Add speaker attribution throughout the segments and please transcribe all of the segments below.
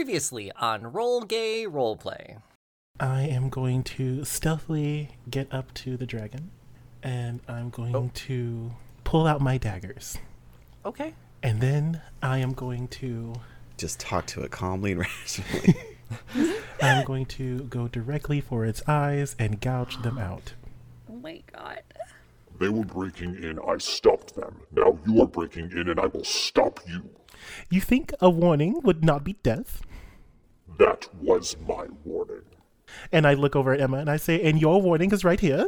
Speaker 1: Previously on Roll Gay Roleplay.
Speaker 2: I am going to stealthily get up to the dragon, and I'm going
Speaker 1: Oh.
Speaker 2: to pull out my daggers,
Speaker 1: Okay.
Speaker 2: and then I am going to
Speaker 3: Just talk to it calmly and rationally.
Speaker 2: I'm going to go directly for its eyes and gouge them out.
Speaker 4: Oh my god.
Speaker 5: They were breaking in, I stopped them. Now you are breaking in, and I will stop you.
Speaker 2: You think a warning would not be death?
Speaker 5: That was my warning.
Speaker 2: And I look over at Emma and I say, "And your warning is right here."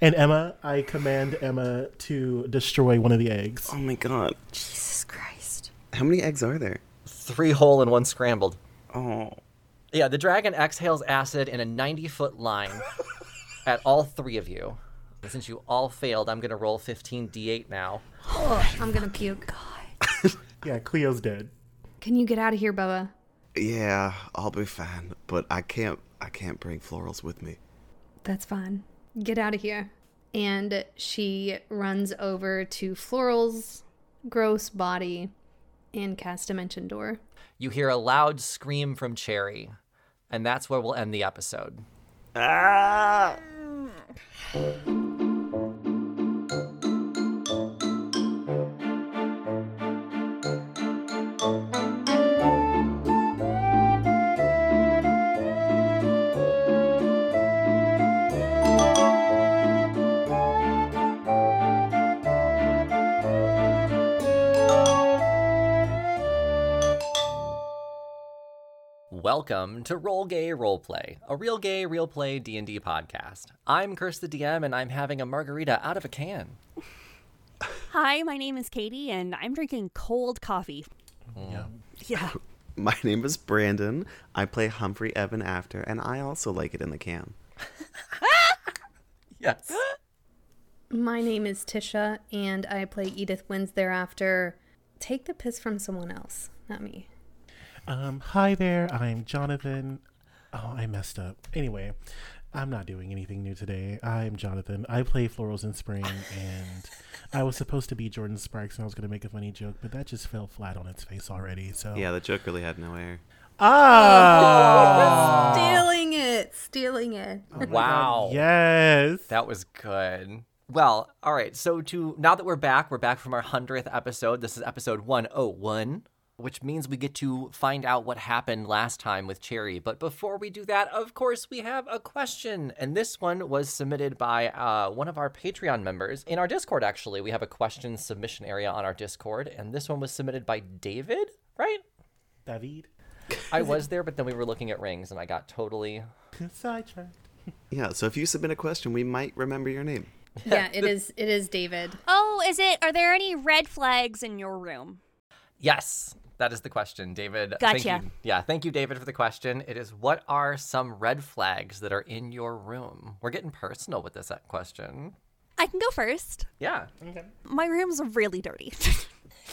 Speaker 2: And Emma, I command Emma to destroy one of the eggs.
Speaker 3: oh my god.
Speaker 4: Jesus Christ.
Speaker 3: How many eggs are there?
Speaker 1: Three whole and one scrambled.
Speaker 3: Oh.
Speaker 1: Yeah, the dragon exhales acid in a 90 foot line at all three of you. And since you all failed, I'm going to roll 15d8 now.
Speaker 4: Oh, I'm gonna puke. God.
Speaker 2: Yeah, Cleo's dead.
Speaker 4: Can you get out of here, Bubba?
Speaker 3: Yeah, I'll be fine. But I can't I can't bring florals with me.
Speaker 4: That's fine. Get out of here. And she runs over to Floral's gross body and casts Dimension Door.
Speaker 1: You hear a loud scream from Cherry, and that's where we'll end the episode. Welcome to Roll Gay Roleplay, a real gay, real play D&D podcast. I'm Curse the DM, and I'm having a margarita out of a can.
Speaker 6: Hi, my name is Katie, and I'm drinking cold coffee. Yeah.
Speaker 3: My name is Brandon. I play Humphrey Evan After, and I also like it in the can.
Speaker 1: Yes.
Speaker 4: My name is Tisha, and I play Edith Wins thereafter. Take the piss from someone else, not me.
Speaker 2: Um, hi there, I'm Jonathan. Oh, I messed up. Anyway, I'm not doing anything new today. I'm Jonathan. I play Florals in Spring, and I was supposed to be Jordan Sparks, and I was going to make a funny joke, but that just fell flat on its face already. So
Speaker 3: Yeah, the joke really had no air.
Speaker 2: ah,
Speaker 4: Stealing it! Stealing it.
Speaker 1: wow.
Speaker 2: yes,
Speaker 1: Oh. That was good. Well, all right. So to now that we're back, we're back from our 100th episode. This is episode 101, which means we get to find out what happened last time with Cherry. But before we do that, of course, we have a question. And this one was submitted by uh, one of our Patreon members in our Discord actually. We have a question submission area on our Discord, and this one was submitted by David, right?
Speaker 2: David,
Speaker 1: I was there, but then we were looking at rings and I got totally
Speaker 2: sidetracked.
Speaker 3: Yeah, so if you submit a question, we might remember your name.
Speaker 4: Yeah, it is. It is David.
Speaker 6: Oh, is it? Are there any red flags in your room?
Speaker 1: Yes, that is the question, David. Thank
Speaker 6: Gotcha.
Speaker 1: you. Yeah, thank you, David, for the question. It is what are some red flags that are in your room? We're getting personal with this uh, question.
Speaker 6: I can go first.
Speaker 1: Yeah.
Speaker 6: My room's really dirty.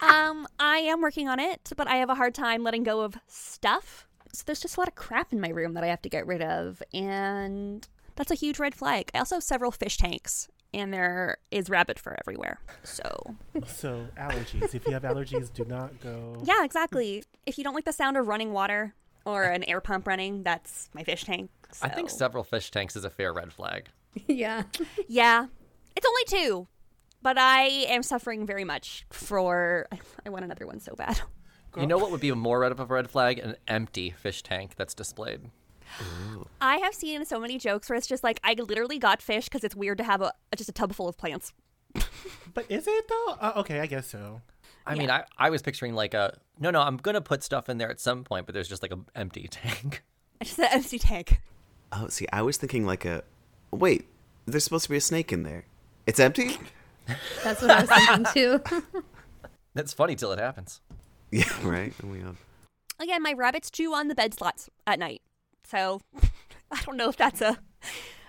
Speaker 6: um, I am working on it, but I have a hard time letting go of stuff. So there's just a lot of crap in my room that I have to get rid of, and that's a huge red flag. I also have several fish tanks, and there is rabbit fur everywhere. So
Speaker 2: So allergies. if you have allergies, do not go.
Speaker 6: Yeah, exactly. If you don't like the sound of running water or an air pump running, that's my fish tank.
Speaker 1: I think several fish tanks is a fair red flag.
Speaker 4: yeah.
Speaker 6: Yeah. It's only two, but I am suffering very much for. I want another one so bad.
Speaker 1: You know what would be more red of a red flag? An empty fish tank that's displayed.
Speaker 6: I have seen so many jokes where it's just like, I literally got fish because it's weird to have a just a tub full of plants.
Speaker 2: But is it though? Uh, okay, I guess so.
Speaker 1: I mean, I, I was picturing like a no, no, I'm going to put stuff in there at some point, but there's just like an empty tank.
Speaker 6: It's just an empty tank.
Speaker 3: Oh, see, I was thinking like a wait, there's supposed to be a snake in there. It's empty?
Speaker 4: That's what I was thinking too.
Speaker 1: That's funny till it happens.
Speaker 3: Yeah, right? Oh my god.
Speaker 6: Again, my rabbits chew on the bed slots at night. So I don't know if that's a.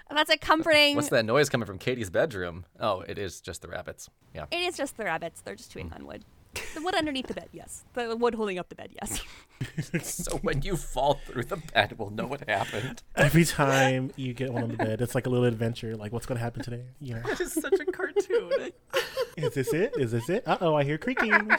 Speaker 6: That's a comforting.
Speaker 1: What's that noise coming from Katie's bedroom? Oh, it is just the rabbits. Yeah.
Speaker 6: It is just the rabbits. They're just chewing on wood. The wood underneath the bed, yes. The wood holding up the bed, yes.
Speaker 1: so when you fall through the bed, we'll know what happened.
Speaker 2: Every time you get one on the bed, it's like a little adventure. Like, what's going to happen today? You know,
Speaker 1: It's such a cartoon.
Speaker 2: is this it? Is this it? Uh oh, I hear creaking.
Speaker 6: And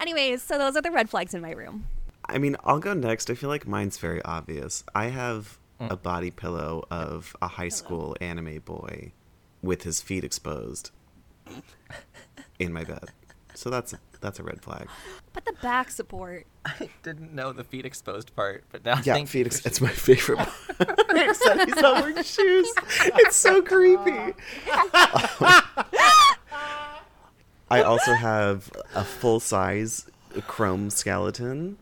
Speaker 6: Anyways, so those are the red flags in my room.
Speaker 3: I mean, I'll go next. I feel like mine's very obvious. I have a body pillow of a high school anime boy with his feet exposed in my bed. So that's that's a red flag.
Speaker 6: But the back support.
Speaker 1: I didn't know the feet exposed part, but now
Speaker 3: Yeah,
Speaker 1: thank
Speaker 3: feet.
Speaker 1: you
Speaker 3: Ex-
Speaker 1: for
Speaker 3: it's my favorite. part. Except he's not wearing shoes. It's so creepy. I also have a full size chrome skeleton.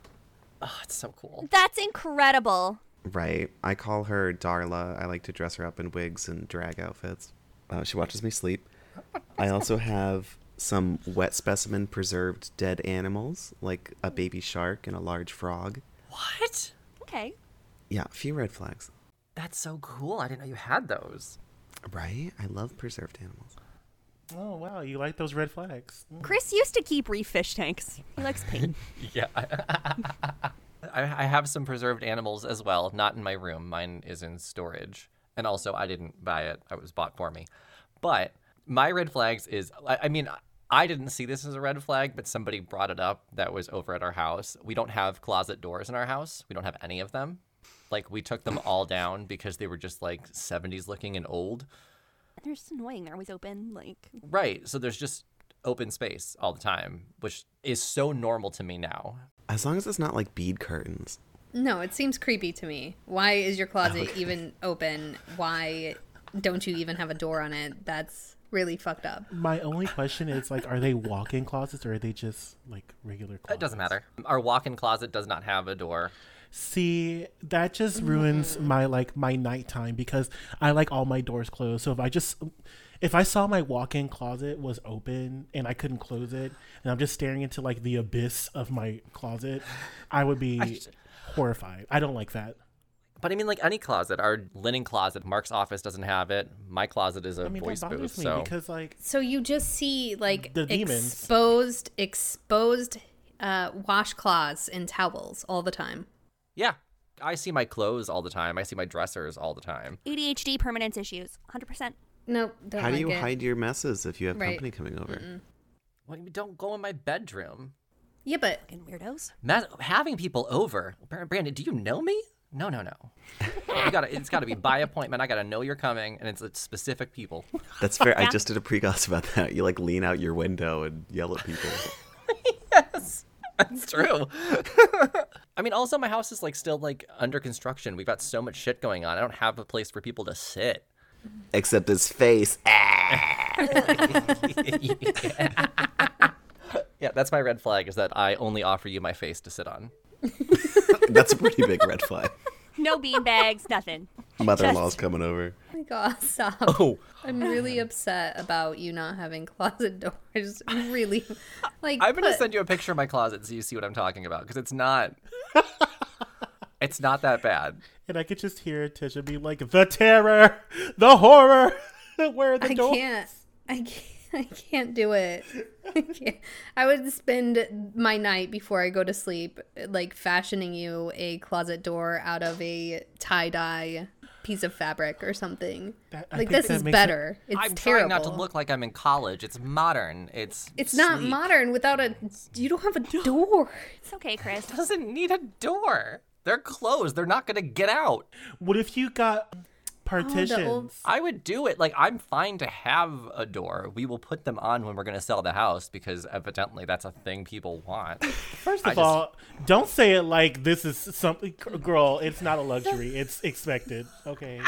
Speaker 1: Oh, it's so cool.
Speaker 6: That's incredible.
Speaker 3: Right. I call her Darla. I like to dress her up in wigs and drag outfits. Uh, she watches me sleep. I also have some wet specimen preserved dead animals, like a baby shark and a large frog.
Speaker 1: What?
Speaker 6: Okay.
Speaker 3: Yeah, a few red flags.
Speaker 1: That's so cool. I didn't know you had those.
Speaker 3: Right? I love preserved animals.
Speaker 2: Oh wow, you like those red flags.
Speaker 6: Chris used to keep reef fish tanks. He likes paint.
Speaker 1: Yeah. I, I have some preserved animals as well, not in my room. Mine is in storage. And also, I didn't buy it, it was bought for me. But my red flags is I, I mean, I didn't see this as a red flag, but somebody brought it up that was over at our house. We don't have closet doors in our house, we don't have any of them. Like, we took them all down because they were just like 70s looking and old.
Speaker 6: They're just annoying. They're always open. Like
Speaker 1: Right. So there's just open space all the time, which is so normal to me now.
Speaker 3: As long as it's not like bead curtains.
Speaker 4: No, it seems creepy to me. Why is your closet even open? Why don't you even have a door on it? That's really fucked up.
Speaker 2: My only question is like, are they walk-in closets or are they just like regular closets?
Speaker 1: It doesn't matter. Our walk-in closet does not have a door.
Speaker 2: See, that just ruins my like my nighttime because I like all my doors closed. So if I just if I saw my walk-in closet was open and I couldn't close it, and I'm just staring into like the abyss of my closet, I would be horrified. I don't like that.
Speaker 1: But I mean, like any closet, our linen closet, Mark's office doesn't have it. My closet is a
Speaker 2: I mean,
Speaker 1: voice
Speaker 2: that
Speaker 1: booth.
Speaker 2: bothers me
Speaker 1: So
Speaker 2: because like
Speaker 4: So you just see like
Speaker 2: The demons.
Speaker 4: exposed, exposed uh, washcloths and towels all the time.
Speaker 1: yeah, I see my clothes all the time. I see my dressers all the time.
Speaker 6: ADHD permanence issues. 100%.
Speaker 4: Nope, don't
Speaker 3: How do
Speaker 4: like
Speaker 3: you
Speaker 4: it.
Speaker 3: hide your messes if you have
Speaker 4: Right.
Speaker 3: company coming over?
Speaker 1: Well, you don't go in my bedroom.
Speaker 4: Yeah, but
Speaker 6: Fucking weirdos.
Speaker 1: Ma- having people over, Bra- Brandon. Do you know me? No, no, no. you gotta, it's got to be by appointment. I got to know you're coming, and it's, it's specific people.
Speaker 3: That's fair. I just did a precast about that. You like lean out your window and yell at people.
Speaker 1: That's true. I mean, also my house is like still like under construction. We've got so much shit going on. I don't have a place for people to sit.
Speaker 3: Except his face. Ah,
Speaker 1: Yeah, that's my red flag is that I only offer you my face to sit on.
Speaker 3: That's a pretty big red flag.
Speaker 6: No beanbags, nothing.
Speaker 3: Mother in law's coming over.
Speaker 4: oh my god, stop!
Speaker 1: Oh,
Speaker 4: I'm really upset about you not having closet doors. Really, like
Speaker 1: I'm going to
Speaker 4: put-
Speaker 1: send you a picture of my closet so you see what I'm talking about because it's not it's not that bad.
Speaker 2: and I could just hear Tisha be like, "The terror, the horror, where are the
Speaker 4: I
Speaker 2: doors?"
Speaker 4: can't. I can't. I can't do it. I, can't. I would spend my night before I go to sleep, like fashioning you a closet door out of a tie dye piece of fabric or something.
Speaker 2: That- I
Speaker 4: like
Speaker 2: think
Speaker 4: this
Speaker 2: that
Speaker 4: is
Speaker 2: makes it-
Speaker 4: better. It's
Speaker 1: I'm trying
Speaker 4: terrible.
Speaker 1: not to look like I'm in college. It's modern. It's
Speaker 4: It's not
Speaker 1: sleek.
Speaker 4: modern without a. You don't have a door.
Speaker 6: It's okay, Chris.
Speaker 1: It doesn't need a door. They're closed. They're not going to get out.
Speaker 2: What if you
Speaker 1: Oh,
Speaker 2: got partitions?
Speaker 1: I would do it. Like I'm fine to have a door. We will put them on when we're going to sell the house because evidently that's a thing people want.
Speaker 2: First of
Speaker 1: just-
Speaker 2: all, don't say it like this is something, g- girl. It's not a luxury. It's expected. Okay.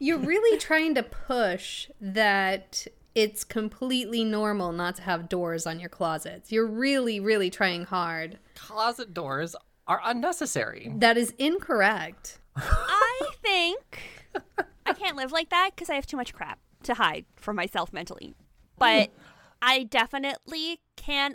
Speaker 4: You're really trying to push that it's completely normal not to have doors on your closets. You're really, really trying hard.
Speaker 1: Closet doors are unnecessary.
Speaker 4: That is incorrect.
Speaker 6: I think I can't live like that because I have too much crap to hide from myself mentally. But I definitely can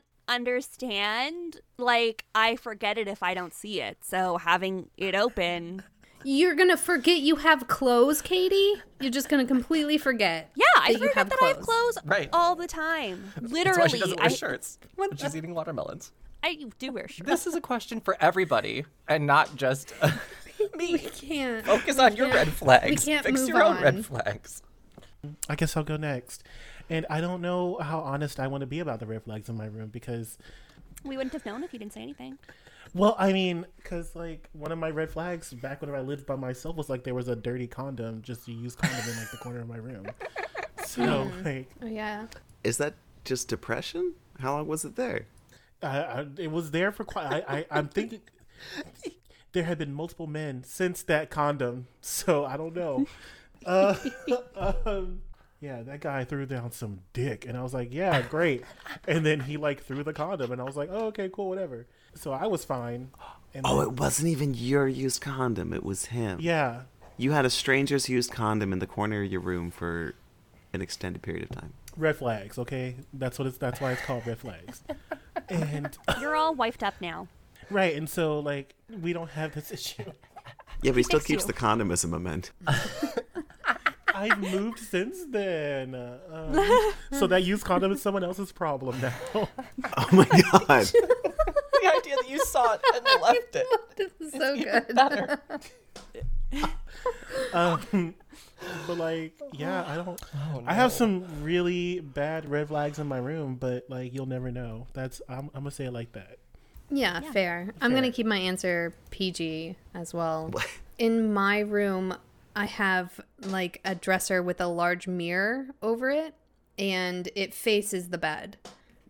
Speaker 6: understand. Like, I forget it if I don't see it. So having it open.
Speaker 4: You're gonna forget you have clothes, Katie. You're just gonna completely forget.
Speaker 6: Yeah, I
Speaker 4: you
Speaker 6: forget
Speaker 4: have
Speaker 6: that I have clothes
Speaker 1: Right.
Speaker 6: all the time.
Speaker 1: That's
Speaker 6: Literally.
Speaker 1: why she doesn't wear
Speaker 6: I,
Speaker 1: shirts. She's eating watermelons.
Speaker 6: I do wear shirts.
Speaker 1: This is a question for everybody and not just me.
Speaker 4: Can't.
Speaker 1: Focus on your red flags.
Speaker 4: can't
Speaker 1: Fix
Speaker 4: move
Speaker 1: your own
Speaker 4: on.
Speaker 1: red flags.
Speaker 2: I guess I'll go next. And I don't know how honest I want to be about the red flags in my room because
Speaker 6: We wouldn't have known if you didn't say anything.
Speaker 2: Well, I mean, because like one of my red flags back whenever I lived by myself was like there was a dirty condom, just a used condom in like the corner of my room. So like,
Speaker 4: Oh yeah.
Speaker 3: Is that just depression? How long was it there?
Speaker 2: I, I, it was there for quite. I, I I'm thinking there had been multiple men since that condom, so I don't know. Uh, um, yeah, that guy threw down some dick, and I was like, yeah, great. And then he like threw the condom, and I was like, oh, okay, cool, whatever. So I was fine. And
Speaker 3: Oh,
Speaker 2: then-
Speaker 3: it wasn't even your used condom. It was him.
Speaker 2: yeah,
Speaker 3: You had a stranger's used condom in the corner of your room for an extended period of time.
Speaker 2: red flags. Okay, that's what it's. That's why it's called red flags. And
Speaker 6: You're all wifed up now.
Speaker 2: right, and so like we don't have this issue.
Speaker 3: Yeah, but he still
Speaker 6: Fix
Speaker 3: keeps
Speaker 6: you.
Speaker 3: the condom as a memento.
Speaker 2: I've moved since then. Um, so that used condom is someone else's problem now.
Speaker 3: Oh my god.
Speaker 1: the idea that you saw it and left it.
Speaker 4: This is so good.
Speaker 1: Better.
Speaker 2: Um, but like, yeah, I don't. I have some really bad red flags in my room, but like, you'll never know. That's I'm, I'm gonna say it like that.
Speaker 4: Yeah, fair. I'm going to keep my answer PG as well. In my room, I have like a dresser with a large mirror over it, and it faces the bed,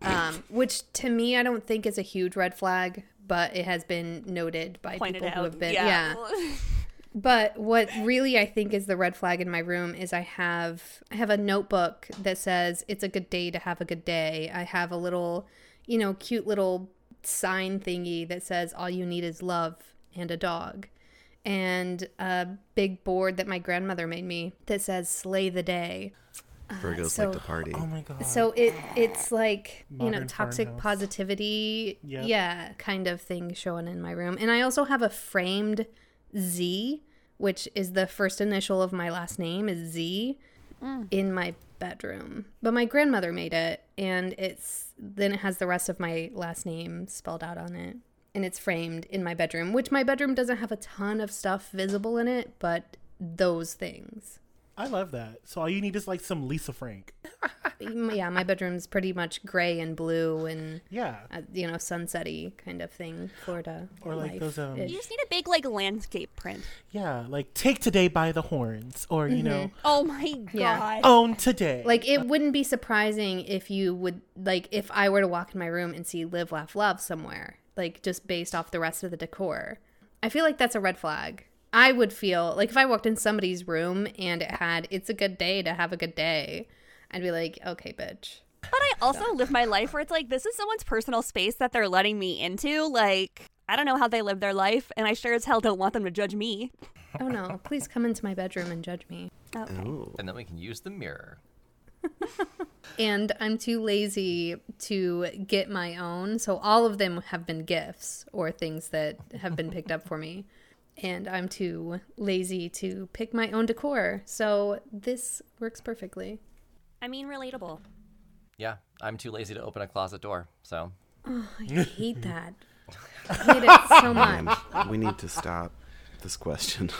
Speaker 4: um, which to me, I don't think is a huge red flag, but it has been noted by
Speaker 6: Pointed
Speaker 4: people
Speaker 6: out.
Speaker 4: who have been. yeah. But what really I think is the red flag in my room is I have I have a notebook that says it's a good day to have a good day. I have a little, you know, cute little sign thingy that says all you need is love and a dog. And a big board that my grandmother made me that says slay the day.
Speaker 3: Virgos
Speaker 4: so-
Speaker 3: like to party.
Speaker 2: Oh my god.
Speaker 4: So it it's like you know
Speaker 2: Modern
Speaker 4: toxic
Speaker 2: farmhouse.
Speaker 4: positivity,
Speaker 2: Yep.
Speaker 4: yeah, kind of thing showing in my room. And I also have a framed Z, which is the first initial of my last name is Z,
Speaker 2: Mm.
Speaker 4: in my bedroom. But my grandmother made it, and it's then it has the rest of my last name spelled out on it. And it's framed in my bedroom, which my bedroom doesn't have a ton of stuff visible in it, but those things.
Speaker 2: I love that. So all you need is like some Lisa Frank.
Speaker 4: yeah, my bedroom's pretty much gray and blue and
Speaker 2: Yeah.
Speaker 4: uh, you know sunsetty kind of thing, Florida.
Speaker 2: Or like
Speaker 4: life.
Speaker 2: those, um,
Speaker 6: You just need a big like landscape print.
Speaker 2: Yeah, like take today by the horns, or you know,
Speaker 6: Oh my god.
Speaker 4: Yeah.
Speaker 2: own today.
Speaker 4: Mm-hmm. like it wouldn't be surprising if you would like if I were to walk in my room and see live, laugh, love somewhere, like just based off the rest of the decor. I feel like that's a red flag. I would feel like if I walked in somebody's room and it had it's a good day to have a good day, I'd be like, okay, bitch.
Speaker 6: But I also live my life where it's like this is someone's personal space that they're letting me into. Like I don't know how they live their life, and I sure as hell don't want them to judge me.
Speaker 4: Oh no, please come into my bedroom and judge me.
Speaker 3: Oh.
Speaker 1: And then we can use the mirror.
Speaker 4: and I'm too lazy to get my own. So all of them have been gifts or things that have been picked up for me. And I'm too lazy to pick my own decor. So this works perfectly.
Speaker 6: I mean, relatable.
Speaker 1: Yeah, I'm too lazy to open a closet door, so
Speaker 4: I hate that. I hate it so
Speaker 3: Man,
Speaker 4: much.
Speaker 3: we need to stop this question.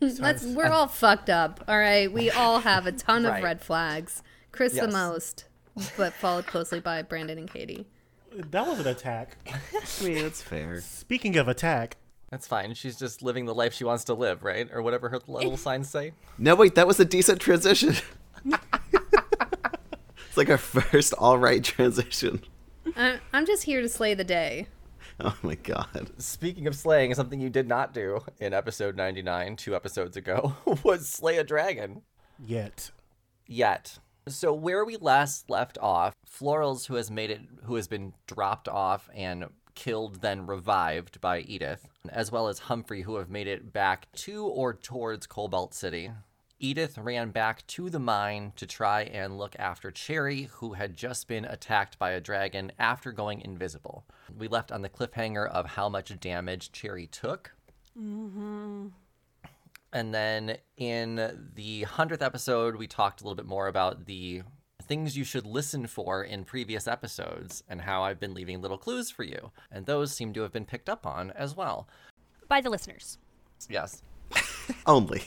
Speaker 4: Let's we're all fucked up. All right. We all have a ton
Speaker 1: Right.
Speaker 4: of red flags. Chris
Speaker 1: Yes.
Speaker 4: the most, but followed closely by Brandon and Katie.
Speaker 2: that was an attack.
Speaker 3: I mean, that's fair.
Speaker 2: Speaking of attack,
Speaker 1: that's fine. She's just living the life she wants to live, right? Or whatever her little signs say.
Speaker 3: No, wait, that was a decent transition. it's like our first all right transition.
Speaker 4: I'm, I'm just here to slay the day.
Speaker 3: Oh my god.
Speaker 1: Speaking of slaying, something you did not do in episode 99, two episodes ago, was slay a dragon.
Speaker 2: yet
Speaker 1: yet. So where we last left off, Florals who has made it who has been dropped off and killed then revived by Edith, as well as Humphrey who have made it back to or towards Cobalt City. Edith ran back to the mine to try and look after Cherry, who had just been attacked by a dragon after going invisible. We left on the cliffhanger of how much damage Cherry took. And then in the 100th episode, we talked a little bit more about the things you should listen for in previous episodes and how I've been leaving little clues for you. And those seem to have been picked up on as well.
Speaker 6: By the listeners.
Speaker 1: Yes.
Speaker 3: Only.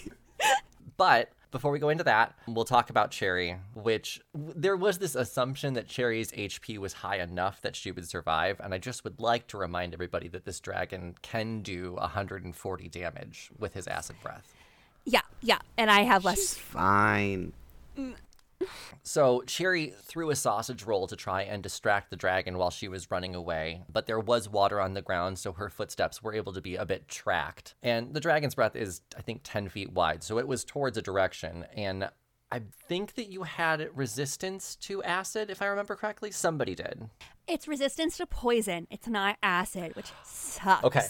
Speaker 1: But before we go into that, we'll talk about Cherry, which w- there was this assumption that Cherry's HP was high enough that she would survive. And I just would like to remind everybody that this dragon can do 140 damage with his acid breath.
Speaker 6: Yeah, yeah. And I have less.
Speaker 3: It's fine.
Speaker 1: So Cherry threw a sausage roll to try and distract the dragon while she was running away, but there was water on the ground, so her footsteps were able to be a bit tracked. And the dragon's breath is, I think, 10 feet wide, so it was towards a direction. And I think that you had resistance to acid, if I remember correctly. Somebody did.
Speaker 6: It's resistance to poison. It's not acid, which sucks.
Speaker 1: Okay.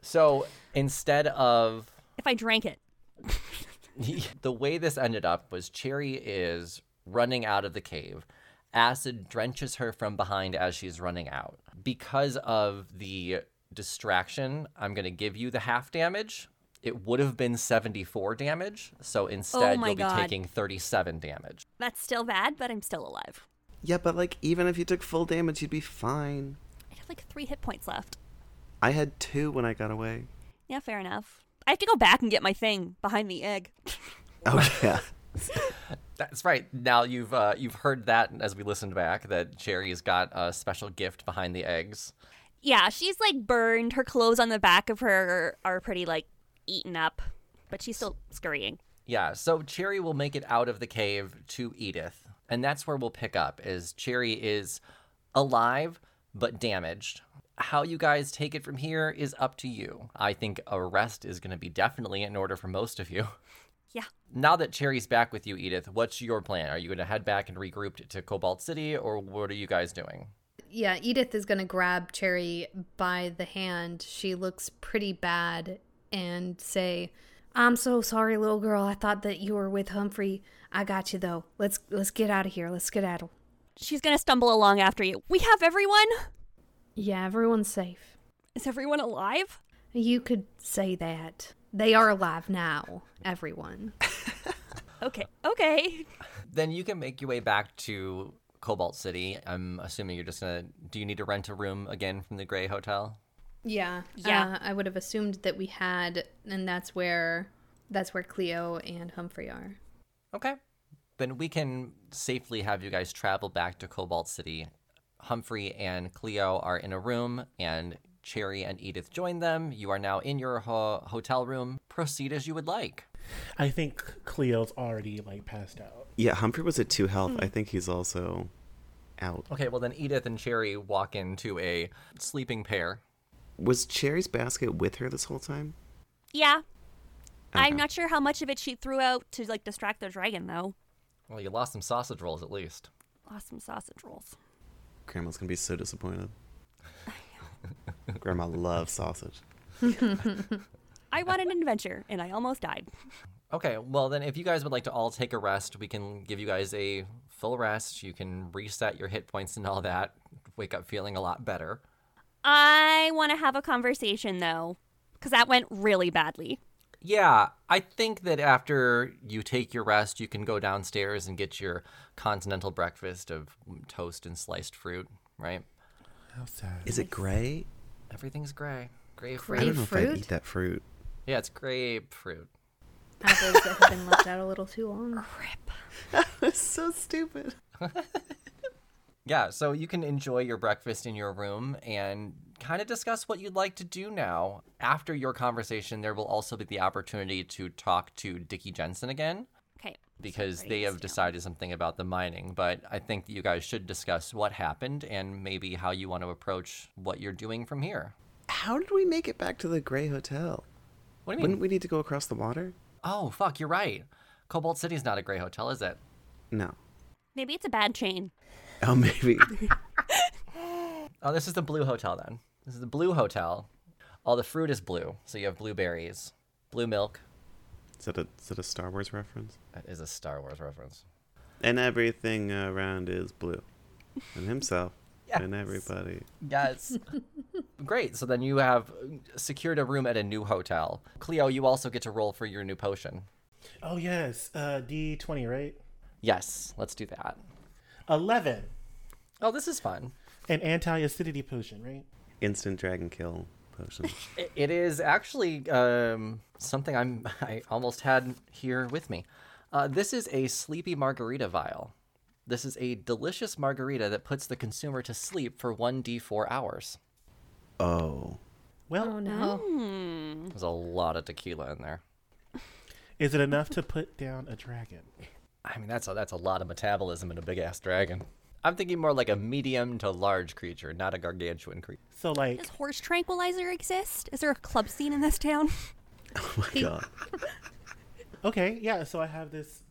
Speaker 1: So instead of
Speaker 6: If I drank it,
Speaker 1: the way this ended up was Cherry is running out of the cave. Acid drenches her from behind as she's running out. Because of the distraction, I'm going to give you the half damage. It would have been 74 damage, so instead
Speaker 6: Oh my
Speaker 1: you'll
Speaker 6: God.
Speaker 1: be taking 37 damage.
Speaker 6: that's still bad, but I'm still alive.
Speaker 3: Yeah, but like even if you took full damage, you'd be fine.
Speaker 6: I have like three hit points left.
Speaker 3: I had two when I got away.
Speaker 6: Yeah, fair enough. I have to go back and get my thing behind the egg.
Speaker 3: Oh yeah.
Speaker 1: That's right. Now you've uh, you've heard that as we listened back that Cherry's got a special gift behind the eggs.
Speaker 6: yeah, she's like burned. Her clothes on the back of her are pretty like eaten up, but she's still scurrying.
Speaker 1: Yeah, so Cherry will make it out of the cave to Edith, and that's where we'll pick up is Cherry is alive but damaged. How you guys take it from here is up to you. I think a rest is going to be definitely in order for most of you.
Speaker 6: Yeah.
Speaker 1: Now that Cherry's back with you, Edith, what's your plan? Are you going to head back and regroup to Cobalt City, or what are you guys doing?
Speaker 4: Yeah, Edith is going to grab Cherry by the hand. She looks pretty bad and say, "I'm so sorry, little girl. I thought that you were with Humphrey. I got you though. Let's let's get out of here. Let's skedaddle."
Speaker 6: She's gonna stumble along after you. We have everyone.
Speaker 4: Yeah, everyone's safe.
Speaker 6: Is everyone alive?
Speaker 4: You could say that. They are alive now, everyone.
Speaker 6: Okay. Okay.
Speaker 1: Then you can make your way back to Cobalt City. I'm assuming you're just going to. Do you need to rent a room again from the Gray Hotel?
Speaker 4: Yeah,
Speaker 6: Yeah.
Speaker 4: Uh, I would have assumed that we had, and that's where that's where Cleo and Humphrey are.
Speaker 1: Okay. Then we can safely have you guys travel back to Cobalt City. Humphrey and Cleo are in a room, and Cherry and Edith join them. You are now in your ho- hotel room. Proceed as you would like.
Speaker 2: I think Cleo's already like passed out.
Speaker 3: Yeah, Humphrey was at two health. I think he's also out.
Speaker 1: Okay, well, then Edith and Cherry walk into a sleeping pair.
Speaker 3: Was Cherry's basket with her this whole time?
Speaker 6: Yeah. I'm
Speaker 3: Okay.
Speaker 6: not sure how much of it she threw out to like distract the dragon though.
Speaker 1: Well, you lost some sausage rolls at least.
Speaker 6: Lost some sausage rolls.
Speaker 3: Grandma's gonna be so disappointed. Grandma loves sausage.
Speaker 6: I wanted an adventure and I almost died.
Speaker 1: Okay, well, then if you guys would like to all take a rest, we can give you guys a full rest. You can reset your hit points and all that. Wake up feeling a lot better.
Speaker 6: I want to have a conversation though, because that went really badly.
Speaker 1: Yeah, I think that after you take your rest, you can go downstairs and get your continental breakfast of toast and sliced fruit, right?
Speaker 2: How sad.
Speaker 3: Is it gray?
Speaker 1: Everything's gray. Grapefruit.
Speaker 3: I don't
Speaker 4: Grape
Speaker 3: know if I'd
Speaker 4: fruit?
Speaker 3: eat that fruit.
Speaker 1: Yeah, it's grapefruit.
Speaker 4: Apples that have been left out a little too long.
Speaker 3: That's so stupid.
Speaker 1: Yeah, so you can enjoy your breakfast in your room and kind of discuss what you'd like to do now. After your conversation, there will also be the opportunity to talk to Dickie Jensen again.
Speaker 6: Okay.
Speaker 1: because
Speaker 6: Sorry,
Speaker 1: they have
Speaker 6: it's down.
Speaker 1: decided something about the mining. But I think that you guys should discuss what happened and maybe how you want to approach what you're doing from here.
Speaker 3: How did we make it back to the gray hotel?
Speaker 1: What do you mean?
Speaker 3: Wouldn't we need to go across the water?
Speaker 1: Oh, fuck, you're right. Cobalt City's not a gray hotel, is it?
Speaker 3: No.
Speaker 6: Maybe it's a bad chain.
Speaker 3: Oh, maybe.
Speaker 1: Oh, this is the blue hotel then. This is the blue hotel. All the fruit is blue, so you have blueberries, blue milk.
Speaker 3: is, that a, is that a Star Wars reference?
Speaker 1: That is a Star Wars reference.
Speaker 3: And everything around is blue. And himself. And
Speaker 1: Yes.
Speaker 3: everybody.
Speaker 1: Yes. Great. So then you have uh, secured a room at a new hotel. Cleo, you also get to roll for your new potion.
Speaker 2: Oh yes, uh, D twenty right,
Speaker 1: Yes, let's do that.
Speaker 2: eleven,
Speaker 1: Oh, this is fun.
Speaker 2: an anti acidity potion right.
Speaker 3: Instant dragon kill. potion.
Speaker 1: I- It is actually um, something I'm I almost had here with me. Uh, this is a sleepy margarita vial. This is a delicious margarita that puts the consumer to sleep for one d4 hours.
Speaker 3: Oh.
Speaker 2: Well,
Speaker 4: Oh no.
Speaker 6: Hmm.
Speaker 1: There's a lot of tequila in there.
Speaker 2: is it enough to put down a dragon?
Speaker 1: I mean, that's a, that's a lot of metabolism in a big ass dragon. I'm thinking more like a medium to large creature, not a gargantuan creature.
Speaker 2: So like,
Speaker 6: Does horse tranquilizer exist? Is there a club scene in this town?
Speaker 3: Oh my god.
Speaker 2: okay, yeah. So I have this.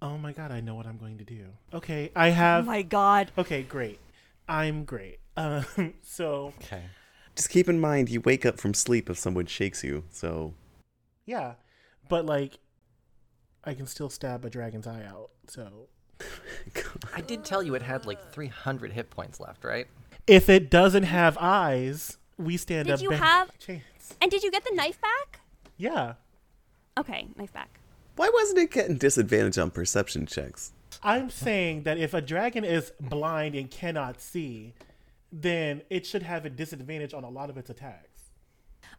Speaker 2: Oh my god, I know what I'm going to do. Okay, I have.
Speaker 6: Oh god.
Speaker 2: Okay, great. I'm great. Um, so
Speaker 1: Okay.
Speaker 3: Just keep in mind, you wake up from sleep if someone shakes you. So
Speaker 2: yeah, but like, I can still stab a dragon's eye out. So
Speaker 1: I did tell you it had like 300 hit points left, right?
Speaker 2: if it doesn't have eyes, we stand
Speaker 6: Did
Speaker 2: a
Speaker 6: you
Speaker 2: better
Speaker 6: have-
Speaker 2: chance.
Speaker 6: And did you get the knife back?
Speaker 2: Yeah,
Speaker 6: Okay, knife back.
Speaker 3: why wasn't it getting disadvantage on perception checks?
Speaker 2: I'm saying that if a dragon is blind and cannot see, then it should have a disadvantage on a lot of its attacks.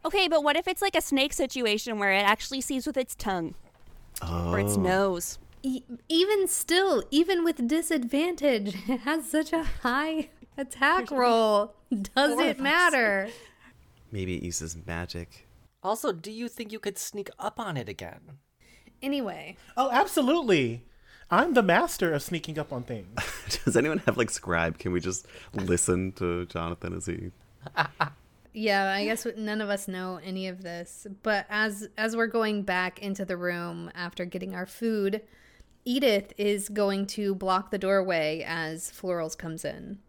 Speaker 6: Okay, but what if it's like a snake situation where it actually sees with its tongue or
Speaker 3: Oh.
Speaker 6: its nose?
Speaker 4: E- even still, even with disadvantage, it has such a high attack roll. Does it matter?
Speaker 3: Maybe it uses magic.
Speaker 1: Also, do you think you could sneak up on it again?
Speaker 4: Anyway,
Speaker 2: Oh, absolutely. I'm the master of sneaking up on things.
Speaker 3: Does anyone have like scribe? Can we just listen to Jonathan as he?
Speaker 4: yeah, I guess none of us know any of this, but as as we're going back into the room after getting our food, Edith is going to block the doorway as Florals comes in.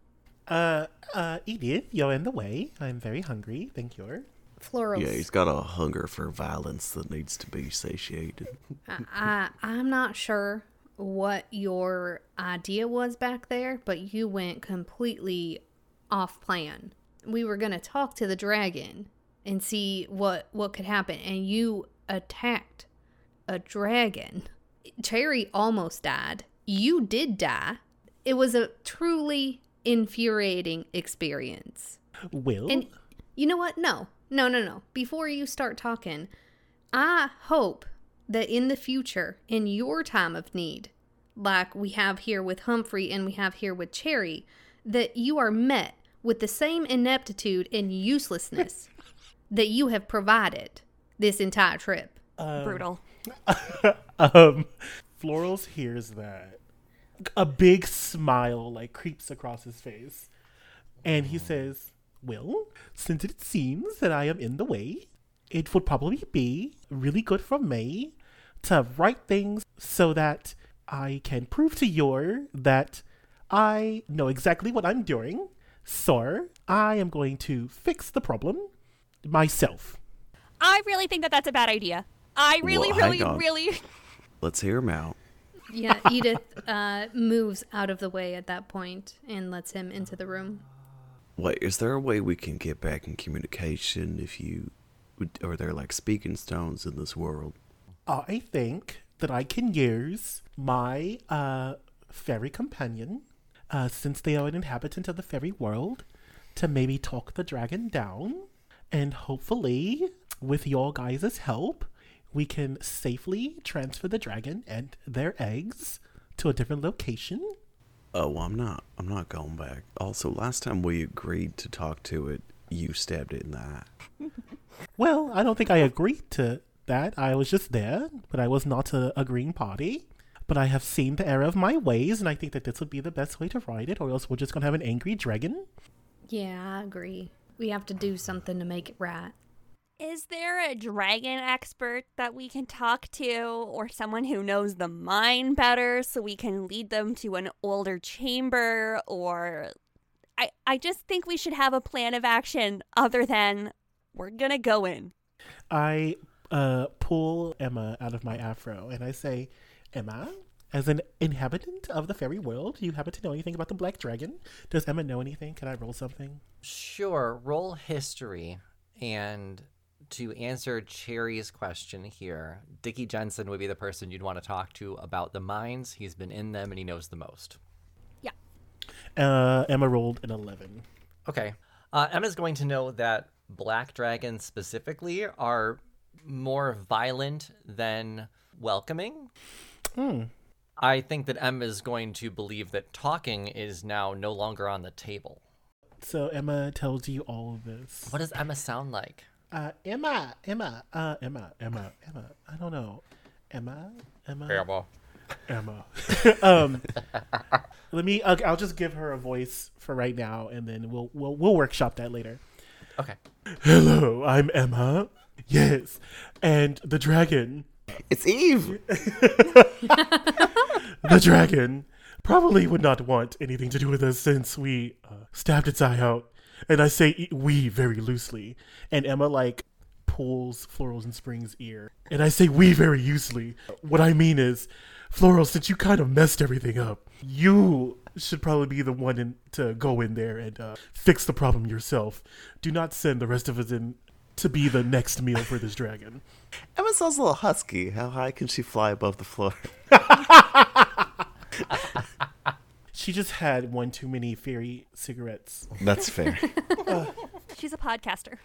Speaker 2: Uh, uh, Edith, you're in the way. I'm very hungry. Thank you.
Speaker 4: Florals.
Speaker 3: got a hunger for violence that needs to be satiated.
Speaker 4: I, I'm not sure what your idea was back there, but you went completely off plan. We were going to talk to the dragon and see what what could happen and you attacked a dragon. Cherry almost died. You did die. It was a truly infuriating experience.
Speaker 2: Will?
Speaker 4: And you know what? No, no, no, no. Before you start talking, I hope that in the future, in your time of need, like we have here with Humphrey and we have here with Cherry, that you are met with the same ineptitude and uselessness that you have provided this entire trip.
Speaker 6: Brutal.
Speaker 2: um, Florals hears that. A big smile, like, creeps across his face. And he says, Well, since it seems that I am in the way, it would probably be really good for me to write things so that I can prove to your that I know exactly what I'm doing. So I am going to fix the problem myself.
Speaker 6: I really think that that's a bad idea. I really,
Speaker 3: Well, hang
Speaker 6: really,
Speaker 3: on.
Speaker 6: really.
Speaker 3: Let's hear him out.
Speaker 4: Yeah, Edith uh, moves out of the way at that point and lets him into the room.
Speaker 3: Wait, is there a way we can get back in communication if you. Are there like speaking stones in this world?
Speaker 2: I think that I can use my uh, fairy companion, uh, since they are an inhabitant of the fairy world, to maybe talk the dragon down. And hopefully, with your guys' help, we can safely transfer the dragon and their eggs to a different location.
Speaker 3: Oh, I'm not. I'm not going back. Also, last time we agreed to talk to it, you stabbed it in the eye.
Speaker 2: Well, I don't think I agreed to that. I was just there, but I was not a agreeing party. But I have seen the error of my ways, and I think that this would be the best way to ride it, or else we're just gonna have an angry dragon.
Speaker 4: Yeah, I agree. We have to do something to make it right.
Speaker 6: Is there a dragon expert that we can talk to or someone who knows the mine better so we can lead them to an older chamber or I I just think we should have a plan of action other than we're going to go in.
Speaker 2: I uh, pull Emma out of my afro and I say, Emma, as an inhabitant of the fairy world, do you happen to know anything about the black dragon? Does Emma know anything? Can I roll something?
Speaker 1: Sure. Roll history. And to answer Cherry's question here, Dickie Jensen would be the person you'd want to talk to about the mines. He's been in them and he knows the most.
Speaker 2: Uh, Emma rolled an 11.
Speaker 1: Okay. Uh, Emma's going to know that black dragons specifically are more violent than welcoming. I think that Emma is going to believe that talking is now no longer on the table.
Speaker 2: So Emma tells you all of this.
Speaker 1: What does Emma sound like?
Speaker 2: Uh, Emma, Emma, uh, Emma, Emma, Emma. I don't know. Emma, Emma, Emma. um, let me. Okay, I'll just give her a voice for right now, and then we'll we'll we'll workshop that later.
Speaker 1: Okay.
Speaker 2: Hello, I'm Emma. Yes, and the dragon.
Speaker 3: It's Eve.
Speaker 2: The dragon probably would not want anything to do with us since we uh, stabbed its eye out. And I say e- we very loosely. And Emma, like, pulls Florals and Spring's ear. And I say we very loosely. What I mean is, Floral, since you kind of messed everything up, you should probably be the one in, to go in there and uh, fix the problem yourself. Do not send the rest of us in to be the next meal for this dragon.
Speaker 3: Emma sounds a little husky. How high can she fly above the floor?
Speaker 2: She just had one too many fairy cigarettes.
Speaker 3: That's fair.
Speaker 6: She's a podcaster.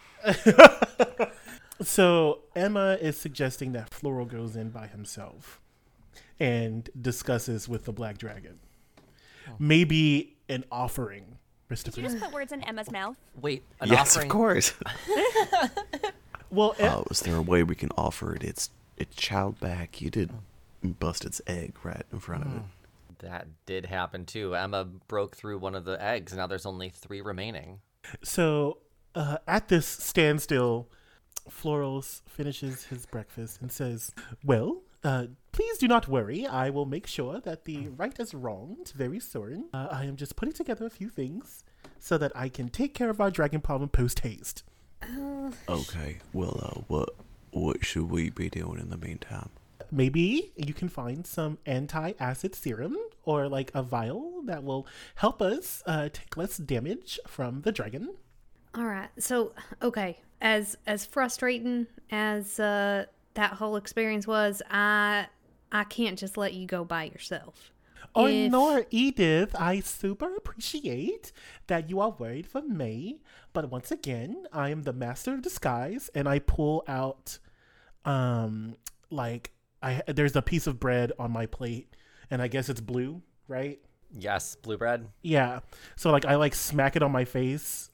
Speaker 2: So Emma is suggesting that Floral goes in by himself and discusses with the black dragon. Maybe an offering,
Speaker 6: Did
Speaker 2: Christopher.
Speaker 6: you just put words in Emma's mouth?
Speaker 1: Wait, an
Speaker 3: yes,
Speaker 1: offering.
Speaker 3: of course.
Speaker 2: Well, E-
Speaker 3: Oh, is there a way we can offer it its its child back? You did bust its egg right in front of it.
Speaker 1: Hmm. That did happen too. Emma broke through one of the eggs. Now there's only three remaining.
Speaker 2: so uh, at this standstill, Florals finishes his breakfast and says, "Well." Uh, please do not worry. I will make sure that the right is wronged very soon. Uh, I am just putting together a few things so that I can take care of our dragon problem post haste.
Speaker 3: Okay. Well, uh, what what should we be doing in the meantime?
Speaker 2: maybe you can find some anti-acid serum or like a vial that will help us uh, take less damage from the dragon
Speaker 4: All right. So, okay, as as frustrating as uh that whole experience was, I I can't just let you go by yourself.
Speaker 2: or
Speaker 4: If-
Speaker 2: nor edith i super appreciate that you are worried for me but once again i am the master of disguise and i pull out um like i there's a piece of bread on my plate and i guess it's blue right
Speaker 1: Yes, blue bread.
Speaker 2: Yeah. So like I like smack it on my face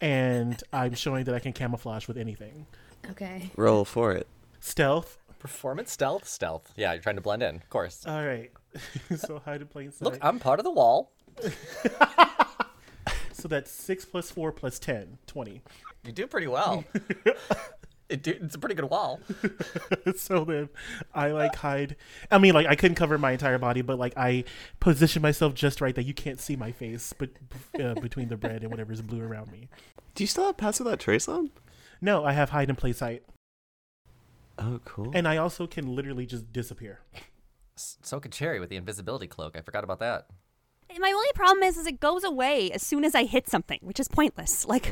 Speaker 2: and I'm showing that I can camouflage with anything.
Speaker 4: Okay.
Speaker 3: Roll for it.
Speaker 2: Stealth.
Speaker 1: Performance, stealth, stealth. Yeah, you're trying to blend in, of course.
Speaker 2: All right. so hide in plain sight.
Speaker 1: Look, I'm part of the wall.
Speaker 2: So that's 6 plus 4 plus 10, 20.
Speaker 1: You do pretty well. it do, it's a pretty good wall.
Speaker 2: so then I like hide. I mean like I couldn't cover my entire body but like I position myself just right that you can't see my face but uh, between the bread and whatever's blue around me.
Speaker 3: Do you still have pass without trace on?
Speaker 2: No, I have hide in plain sight
Speaker 3: Oh, cool.
Speaker 2: and I also can literally just disappear.
Speaker 1: S- So could Cherry with the invisibility cloak. I forgot about that.
Speaker 6: My only problem is, is it goes away as soon as I hit something, which is pointless. Like,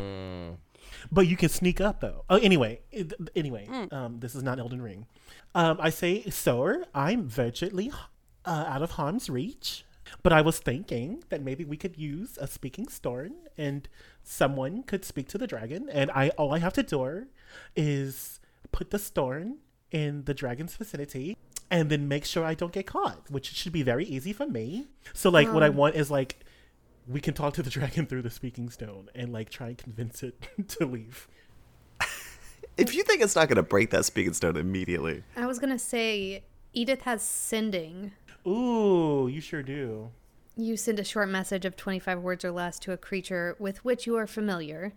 Speaker 2: But you can sneak up though. Oh, anyway, it- anyway, um, this is not Elden Ring. Um, I say, sir, I'm virtually uh, out of harm's reach. But I was thinking that maybe we could use a speaking storm, and someone could speak to the dragon. And I, all I have to do is put the storm in the dragon's vicinity, and then make sure I don't get caught, which should be very easy for me. So, like, what I want is like we can talk to the dragon through the speaking stone and like try and convince it to leave.
Speaker 3: if you think it's not gonna break that speaking stone immediately,
Speaker 4: I was gonna say Edith has sending.
Speaker 2: Ooh, you sure do.
Speaker 4: You send a short message of 25 words or less to a creature with which you are familiar.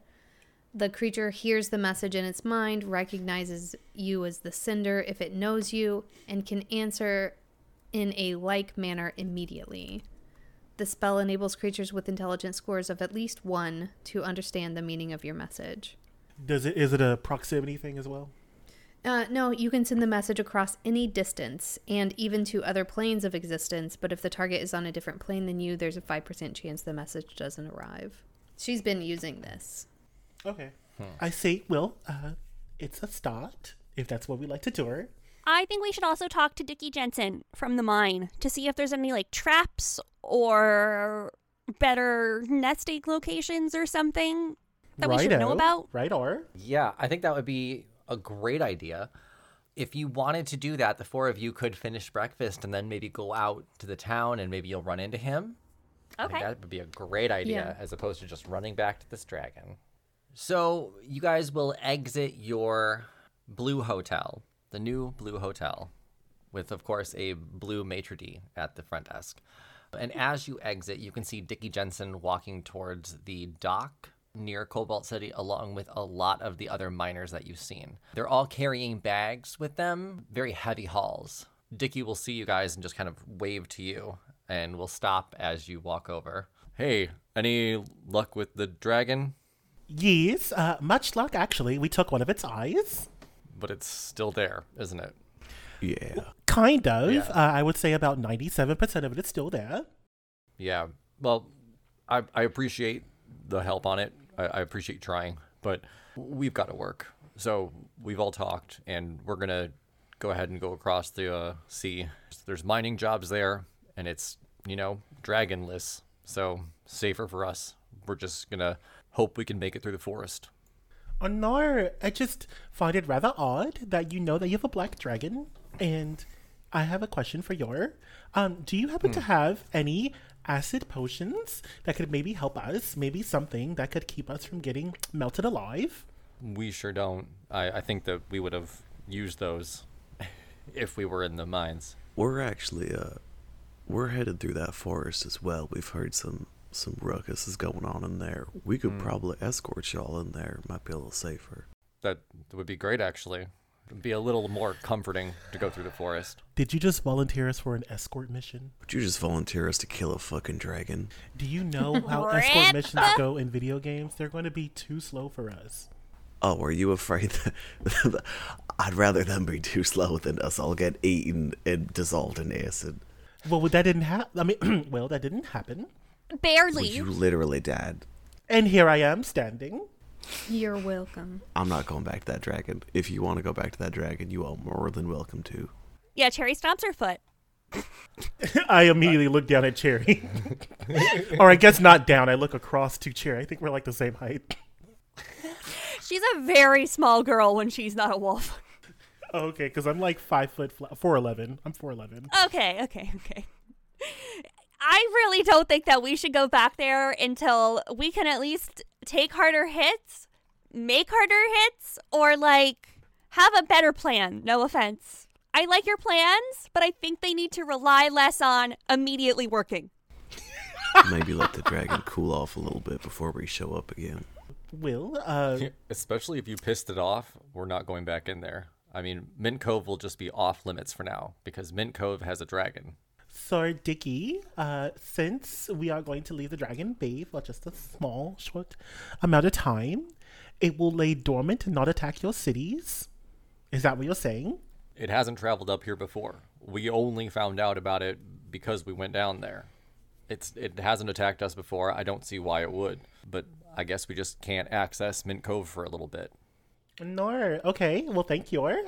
Speaker 4: The creature hears the message in its mind, recognizes you as the sender if it knows you, and can answer in a like manner immediately. The spell enables creatures with intelligence scores of at least one to understand the meaning of your message.
Speaker 2: Does it is it a proximity thing as well?
Speaker 4: Uh, no, you can send the message across any distance and even to other planes of existence, but if the target is on a different plane than you, there's a 5% chance the message doesn't arrive. She's been using this.
Speaker 2: Okay. I say, well, uh, it's a start if that's what we like to do.
Speaker 6: I think we should also talk to Dickie Jensen from the mine to see if there's any like traps or better nesting locations or something. that we should know
Speaker 2: Righto.
Speaker 6: about?
Speaker 2: Right or
Speaker 1: Yeah, I think that would be a great idea. If you wanted to do that, the four of you could finish breakfast and then maybe go out to the town and maybe you'll run into him. I
Speaker 6: Okay.
Speaker 1: think that would be a great idea as opposed to just running back to this dragon. So you guys will exit your blue hotel, the new blue hotel, with of course a blue maitre d at the front desk. And as you exit, you can see Dickie Jensen walking towards the dock near Cobalt City, along with a lot of the other miners that you've seen. They're all carrying bags with them, very heavy hauls. Dickie will see you guys and just kind of wave to you and will stop as you walk over. Hey, any luck with the dragon?
Speaker 2: yes. Uh, much luck. Actually, we took one of its eyes.
Speaker 1: But it's still there, isn't it?
Speaker 3: Yeah.
Speaker 2: Kind of.
Speaker 1: Yeah.
Speaker 2: Uh, I would say about ninety-seven percent of it is still there.
Speaker 1: Yeah. Well, I, I appreciate the help on it. I, I appreciate trying, but we've got to work. So we've all talked, and we're gonna go ahead and go across the uh, sea. There's mining jobs there, and it's you know dragonless, so safer for us. We're just gonna hope we can make it through the forest.
Speaker 2: Oh no! I just find it rather odd that you know that you have a black dragon, and I have a question for your. Um, do you happen to have any acid potions that could maybe help us? Maybe something that could keep us from getting melted alive.
Speaker 1: We sure don't. I, I think that we would have used those if we were in the mines.
Speaker 7: We're actually uh we're headed through that forest as well. We've heard some some ruckus is going on in there. We could
Speaker 3: Hmm.
Speaker 7: probably escort y'all in there. Might be a little safer.
Speaker 1: That would be great, actually. It'd be a little more comforting to go through the forest.
Speaker 2: Did you just volunteer us for an escort mission?
Speaker 7: Would you just volunteer us to kill a fucking dragon?
Speaker 2: Do you know how escort missions go in video games? They're going to be too slow for us.
Speaker 7: Oh, are you afraid that I'd rather them be too slow than us all get eaten and dissolved in acid?
Speaker 2: Well, that didn't happen. I mean, well, that didn't happen.
Speaker 7: Well,
Speaker 6: Barely.
Speaker 7: you literally died.
Speaker 2: And here I am standing.
Speaker 4: You're welcome.
Speaker 7: I'm not going back to that dragon. If you want to go back to that dragon, you are more than welcome to.
Speaker 6: Yeah, Cherry stomps her foot.
Speaker 2: I immediately look down at Cherry. or I guess not down. I look across to Cherry. I think we're like the same height.
Speaker 6: She's a very small girl when she's not a wolf.
Speaker 2: okay, because I'm like five foot fla- four eleven. I'm four eleven.
Speaker 6: Okay, okay, okay. I really don't think that we should go back there until we can at least take harder hits, make harder hits, or like have a better plan. No offense. I like your plans, but I think they need to rely less on immediately working.
Speaker 7: Maybe let the dragon cool off a little bit before we show up again.
Speaker 2: Will, uh,
Speaker 1: Especially if you pissed it off, we're not going back in there. I mean, Mint Cove will just be off limits for now because Mint Cove has a dragon.
Speaker 2: so Dicky, uh, since we are going to leave the dragon bay for just a small, short amount of time, it will lay dormant and not attack your cities. Is that what you're saying?
Speaker 1: It hasn't traveled up here before. We only found out about it because we went down there. It's it hasn't attacked us before. I don't see why it would, but I guess we just can't access Mint Cove for a little bit.
Speaker 2: No. Okay. Well, thank you.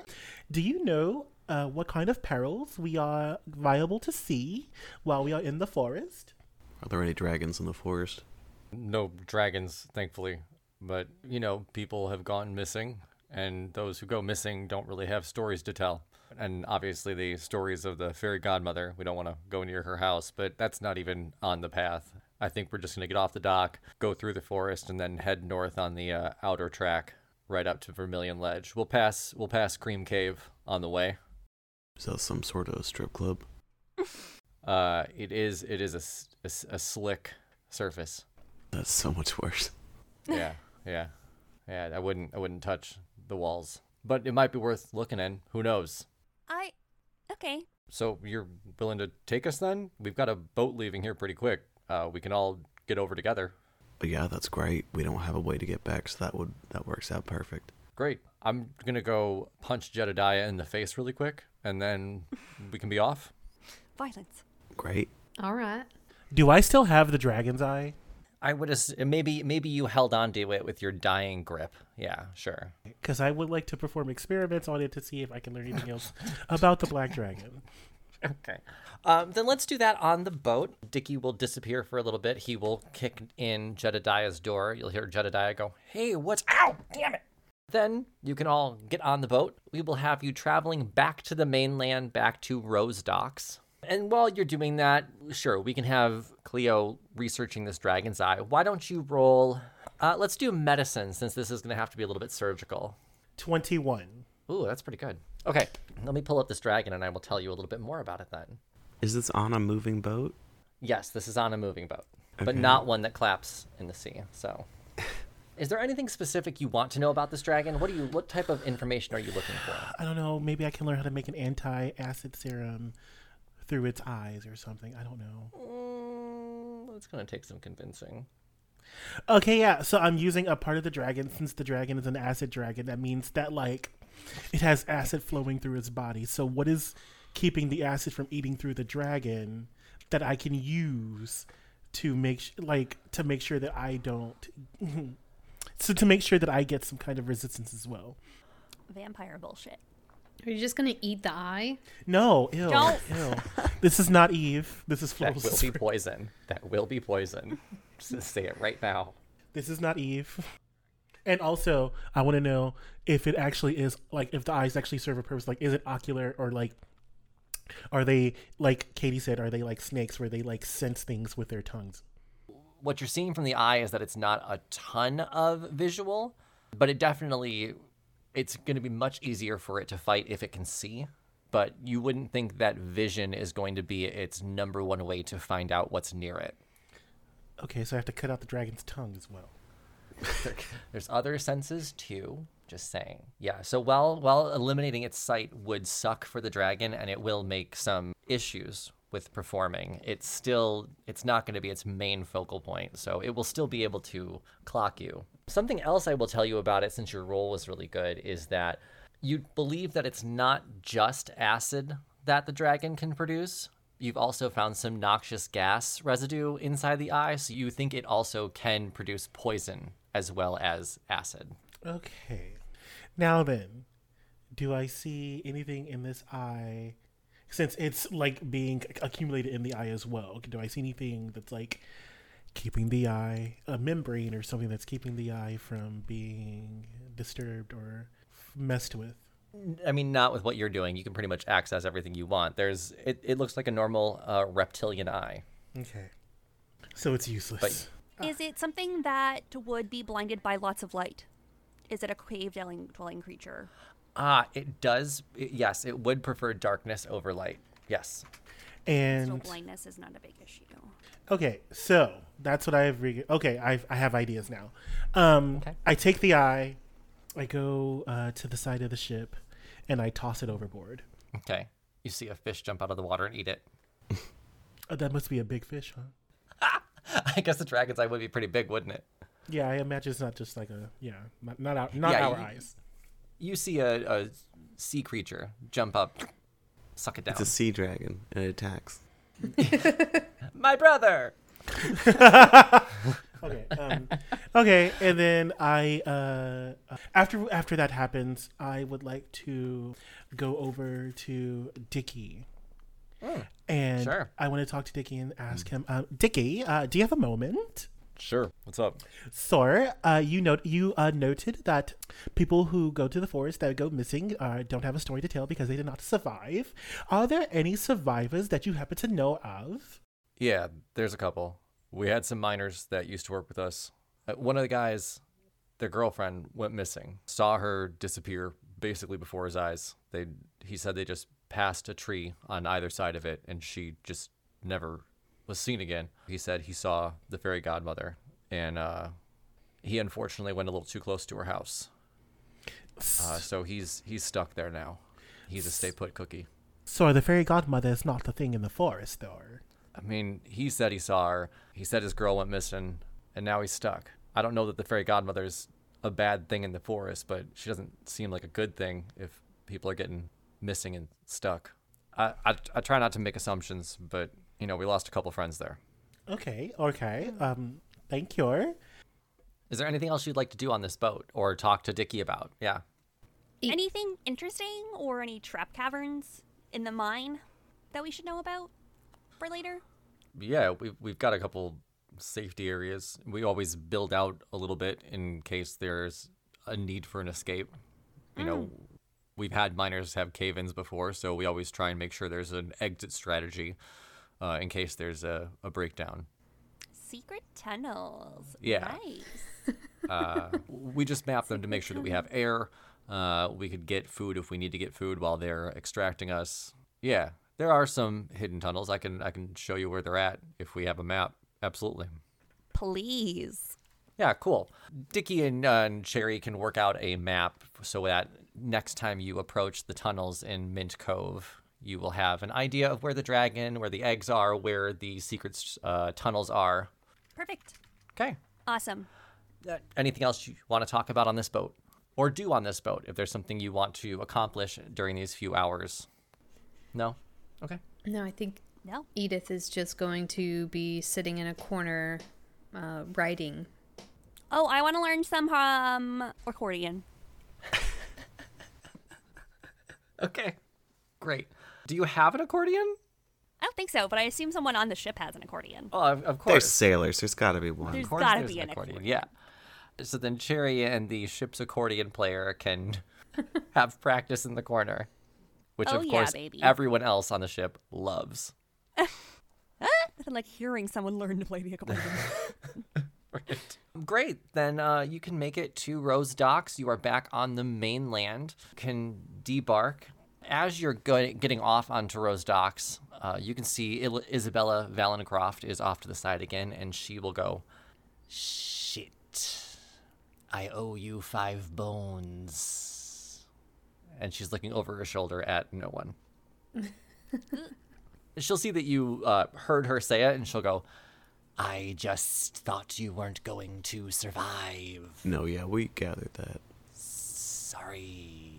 Speaker 2: Do you know uh, what kind of perils we are liable to see while we are in the forest?
Speaker 7: Are there any dragons in the forest?
Speaker 1: no dragons, thankfully. But, you know, people have gone missing, and those who go missing don't really have stories to tell. And obviously, the stories of the fairy godmother, we don't want to go near her house, but that's not even on the path. I think we're just going to get off the dock, go through the forest, and then head north on the uh, outer track right up to Vermilion Ledge. We'll pass, we'll pass Cream Cave on the way.
Speaker 7: Is that some sort of strip club?
Speaker 1: Uh, it is, it is a s a s a a slick surface.
Speaker 7: That's so much worse.
Speaker 1: yeah, yeah, yeah. I wouldn't, I wouldn't touch the walls, but it might be worth looking in. Who knows?
Speaker 6: I. Okay.
Speaker 1: So you're willing to take us then? We've got a boat leaving here pretty quick. Uh, we can all get over together.
Speaker 7: But yeah, that's great. We don't have a way to get back, so that would that works out perfect.
Speaker 1: Great. I'm gonna go punch Jedediah in the face really quick, and then we can be off.
Speaker 6: Violence.
Speaker 7: Great.
Speaker 4: All right.
Speaker 2: Do I still have the dragon's eye?
Speaker 1: I would as maybe maybe you held on to it with your dying grip. Yeah, sure.
Speaker 2: Because I would like to perform experiments on it to see if I can learn anything else about the black dragon.
Speaker 1: okay. Um, then let's do that on the boat. Dickie will disappear for a little bit. He will kick in Jedediah's door. You'll hear Jedediah go, Hey, what's. Ow! Damn it! Then you can all get on the boat. We will have you traveling back to the mainland, back to Rose Docks. And while you're doing that, sure, we can have Cleo researching this dragon's eye. Why don't you roll? Uh, let's do medicine since this is going to have to be a little bit surgical.
Speaker 2: 21.
Speaker 1: Ooh, that's pretty good. Okay, let me pull up this dragon and I will tell you a little bit more about it then.
Speaker 3: Is this on a moving boat?
Speaker 1: Yes, this is on a moving boat, but not one that claps in the sea. So, is there anything specific you want to know about this dragon? What do you? What type of information are you looking for?
Speaker 2: I don't know. Maybe I can learn how to make an anti acid serum through its eyes or something. I don't know.
Speaker 1: Mm, it's gonna take some convincing.
Speaker 2: Okay, yeah. So I'm using a part of the dragon. Since the dragon is an acid dragon, that means that, like, it has acid flowing through its body. So, what is keeping the acid from eating through the dragon that I can use? To make sh- like to make sure that I don't, so to make sure that I get some kind of resistance as well.
Speaker 6: Vampire bullshit.
Speaker 4: Are you just gonna eat the eye?
Speaker 2: No, ew,
Speaker 6: Don't.
Speaker 2: ew. This is not Eve. This is
Speaker 1: That
Speaker 2: Floral.
Speaker 1: will be poison. That will be poison. Just say it right now.
Speaker 2: This is not Eve. And also, I want to know if it actually is like if the eyes actually serve a purpose. Like, is it ocular or like, are they like Katie said? Are they like snakes where they like sense things with their tongues?
Speaker 1: what you're seeing from the eye is that it's not a ton of visual, but it definitely it's going to be much easier for it to fight if it can see. But you wouldn't think that vision is going to be its number one way to find out what's near it.
Speaker 2: Okay, so I have to cut out the dragon's tongue as well.
Speaker 1: There's other senses too. Just saying. Yeah. So while while eliminating its sight would suck for the dragon, and it will make some issues with performing. It's still it's not going to be its main focal point, so it will still be able to clock you. Something else I will tell you about it, since your roll was really good, is that you believe that it's not just acid that the dragon can produce. You've also found some noxious gas residue inside the eye, so you think it also can produce poison as well as acid.
Speaker 2: Okay. Now then, do I see anything in this eye? Since it's like being accumulated in the eye as well, do I see anything that's like keeping the eye, a membrane or something that's keeping the eye from being disturbed or messed with?
Speaker 1: I mean, not with what you're doing. You can pretty much access everything you want. There's, it, it looks like a normal uh, reptilian eye.
Speaker 2: Okay. So it's useless.
Speaker 6: Is it something that would be blinded by lots of light? Is it a cave dwelling dwelling creature?
Speaker 1: Ah, it does. it- yes, it would prefer darkness over light. Yes.
Speaker 6: So
Speaker 2: and
Speaker 6: blindness is not a big issue.
Speaker 2: Okay, so that's what I've. Re- okay, I've, I have ideas now. Um,
Speaker 1: Okay.
Speaker 2: I take the eye, I go uh, to the side of the ship, and I toss it overboard.
Speaker 1: Okay. You see a fish jump out of the water and eat it.
Speaker 2: Oh, that must be a big fish, huh?
Speaker 1: I guess the dragon's eye would be pretty big, wouldn't it?
Speaker 2: Yeah, I imagine it's not just like a yeah, not not our not
Speaker 1: Yeah,
Speaker 2: our
Speaker 1: you-
Speaker 2: eyes.
Speaker 1: You see a, a sea creature jump up, suck it down.
Speaker 3: It's a sea dragon and it attacks.
Speaker 1: My brother.
Speaker 2: Okay, um, okay, and then I uh, after after that happens, I would like to go over to Dicky. And
Speaker 1: Oh, sure. Hmm.
Speaker 2: I want to talk to Dicky and ask him, uh, Dicky, uh, do you have a moment?
Speaker 1: Sure. What's up?
Speaker 2: Sir, uh, you note you uh, noted that people who go to the forest that go missing uh, don't have a story to tell because they did not survive. Are there any survivors that you happen to know of?
Speaker 1: Yeah, there's a couple. We had some miners that used to work with us. Uh, One of the guys, their girlfriend went missing. Saw her disappear basically before his eyes. They he said they just passed a tree on either side of it and she just never was seen again. He said he saw the fairy godmother and uh he unfortunately went a little too close to her house. Uh, so he's he's stuck there now. He's a stay put cookie.
Speaker 2: Sir, the fairy godmother is not a thing in the forest, though.
Speaker 1: I mean, he said he saw her. He said his girl went missing, and now he's stuck. I don't know that the fairy godmother's a bad thing in the forest, but she doesn't seem like a good thing if people are getting missing and stuck. I, I, I try not to make assumptions, but, you know, we lost a couple friends there.
Speaker 2: Okay, okay. Um, thank you.
Speaker 1: Is there anything else you'd like to do on this boat or talk to Dickie about? Yeah.
Speaker 4: Eat.
Speaker 6: Anything interesting or any trap caverns in the mine? that we should know about for later?
Speaker 1: Yeah, we've, we've got a couple safety areas. We always build out a little bit in case there's a need for an escape. You know, we've had miners have cave ins before, so we always try and make sure there's an exit strategy uh, in case there's a, a breakdown.
Speaker 6: Secret tunnels.
Speaker 1: Yeah.
Speaker 6: Nice.
Speaker 1: Uh, we just map them to make sure that we have air. Uh, we could get food if we need to get food while they're extracting us. Yeah, there are some hidden tunnels. I can I can show you where they're at if we have a map. Absolutely.
Speaker 6: Please.
Speaker 1: Yeah, cool. Dickie and, uh, and Cherry can work out a map so that next time you approach the tunnels in Mint Cove, you will have an idea of where the dragon, where the eggs are, where the secret uh, tunnels are.
Speaker 6: Perfect.
Speaker 1: Okay.
Speaker 6: Awesome.
Speaker 1: Uh, anything else you want to talk about on this boat or do on this boat if there's something you want to accomplish during these few hours no okay
Speaker 4: No, I think
Speaker 6: No.
Speaker 4: Edith is just going to be sitting in a corner, uh, writing.
Speaker 6: Oh, I want to learn some um accordion.
Speaker 1: okay great do you have an accordion
Speaker 6: I don't think so, but I assume someone on the ship has an accordion.
Speaker 1: oh of, of
Speaker 3: There's
Speaker 1: course
Speaker 3: sailors. There's got to be one.
Speaker 6: There's
Speaker 1: Of course
Speaker 6: gotta
Speaker 1: there's
Speaker 6: be an
Speaker 1: yeah so then cherry and the ship's accordion player can have practice in the corner which
Speaker 6: Oh,
Speaker 1: of
Speaker 6: yeah,
Speaker 1: course
Speaker 6: baby.
Speaker 1: everyone else on the ship loves
Speaker 6: Nothing like hearing someone learn to play the accordion.
Speaker 1: Right. Great. Then uh, you can make it to Rose Docks. You are back on the mainland. Can debark. As you're go- getting off onto Rose Docks, uh, you can see Il- Isabella Valencroft is off to the side again, and she will go. Shit. I owe you five bones. And she's looking over her shoulder at no one. she'll see that you uh, heard her say it, and she'll go, I just thought you weren't going to survive.
Speaker 7: No, yeah, we gathered that.
Speaker 1: Sorry.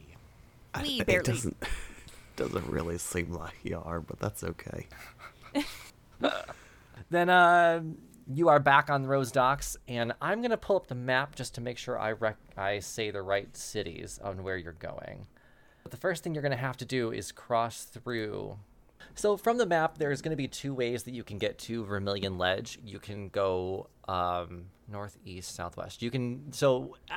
Speaker 6: we
Speaker 7: It
Speaker 6: barely.
Speaker 7: doesn't doesn't really seem like you are, but that's okay.
Speaker 1: Then uh, you are back on Rose Docks, and I'm gonna pull up the map just to make sure I rec- I say the right cities on where you're going. But the first thing you're gonna have to do is cross through. So from the map, there's gonna be two ways that you can get to Vermilion Ledge. You can go um, northeast, southwest. You can so. uh,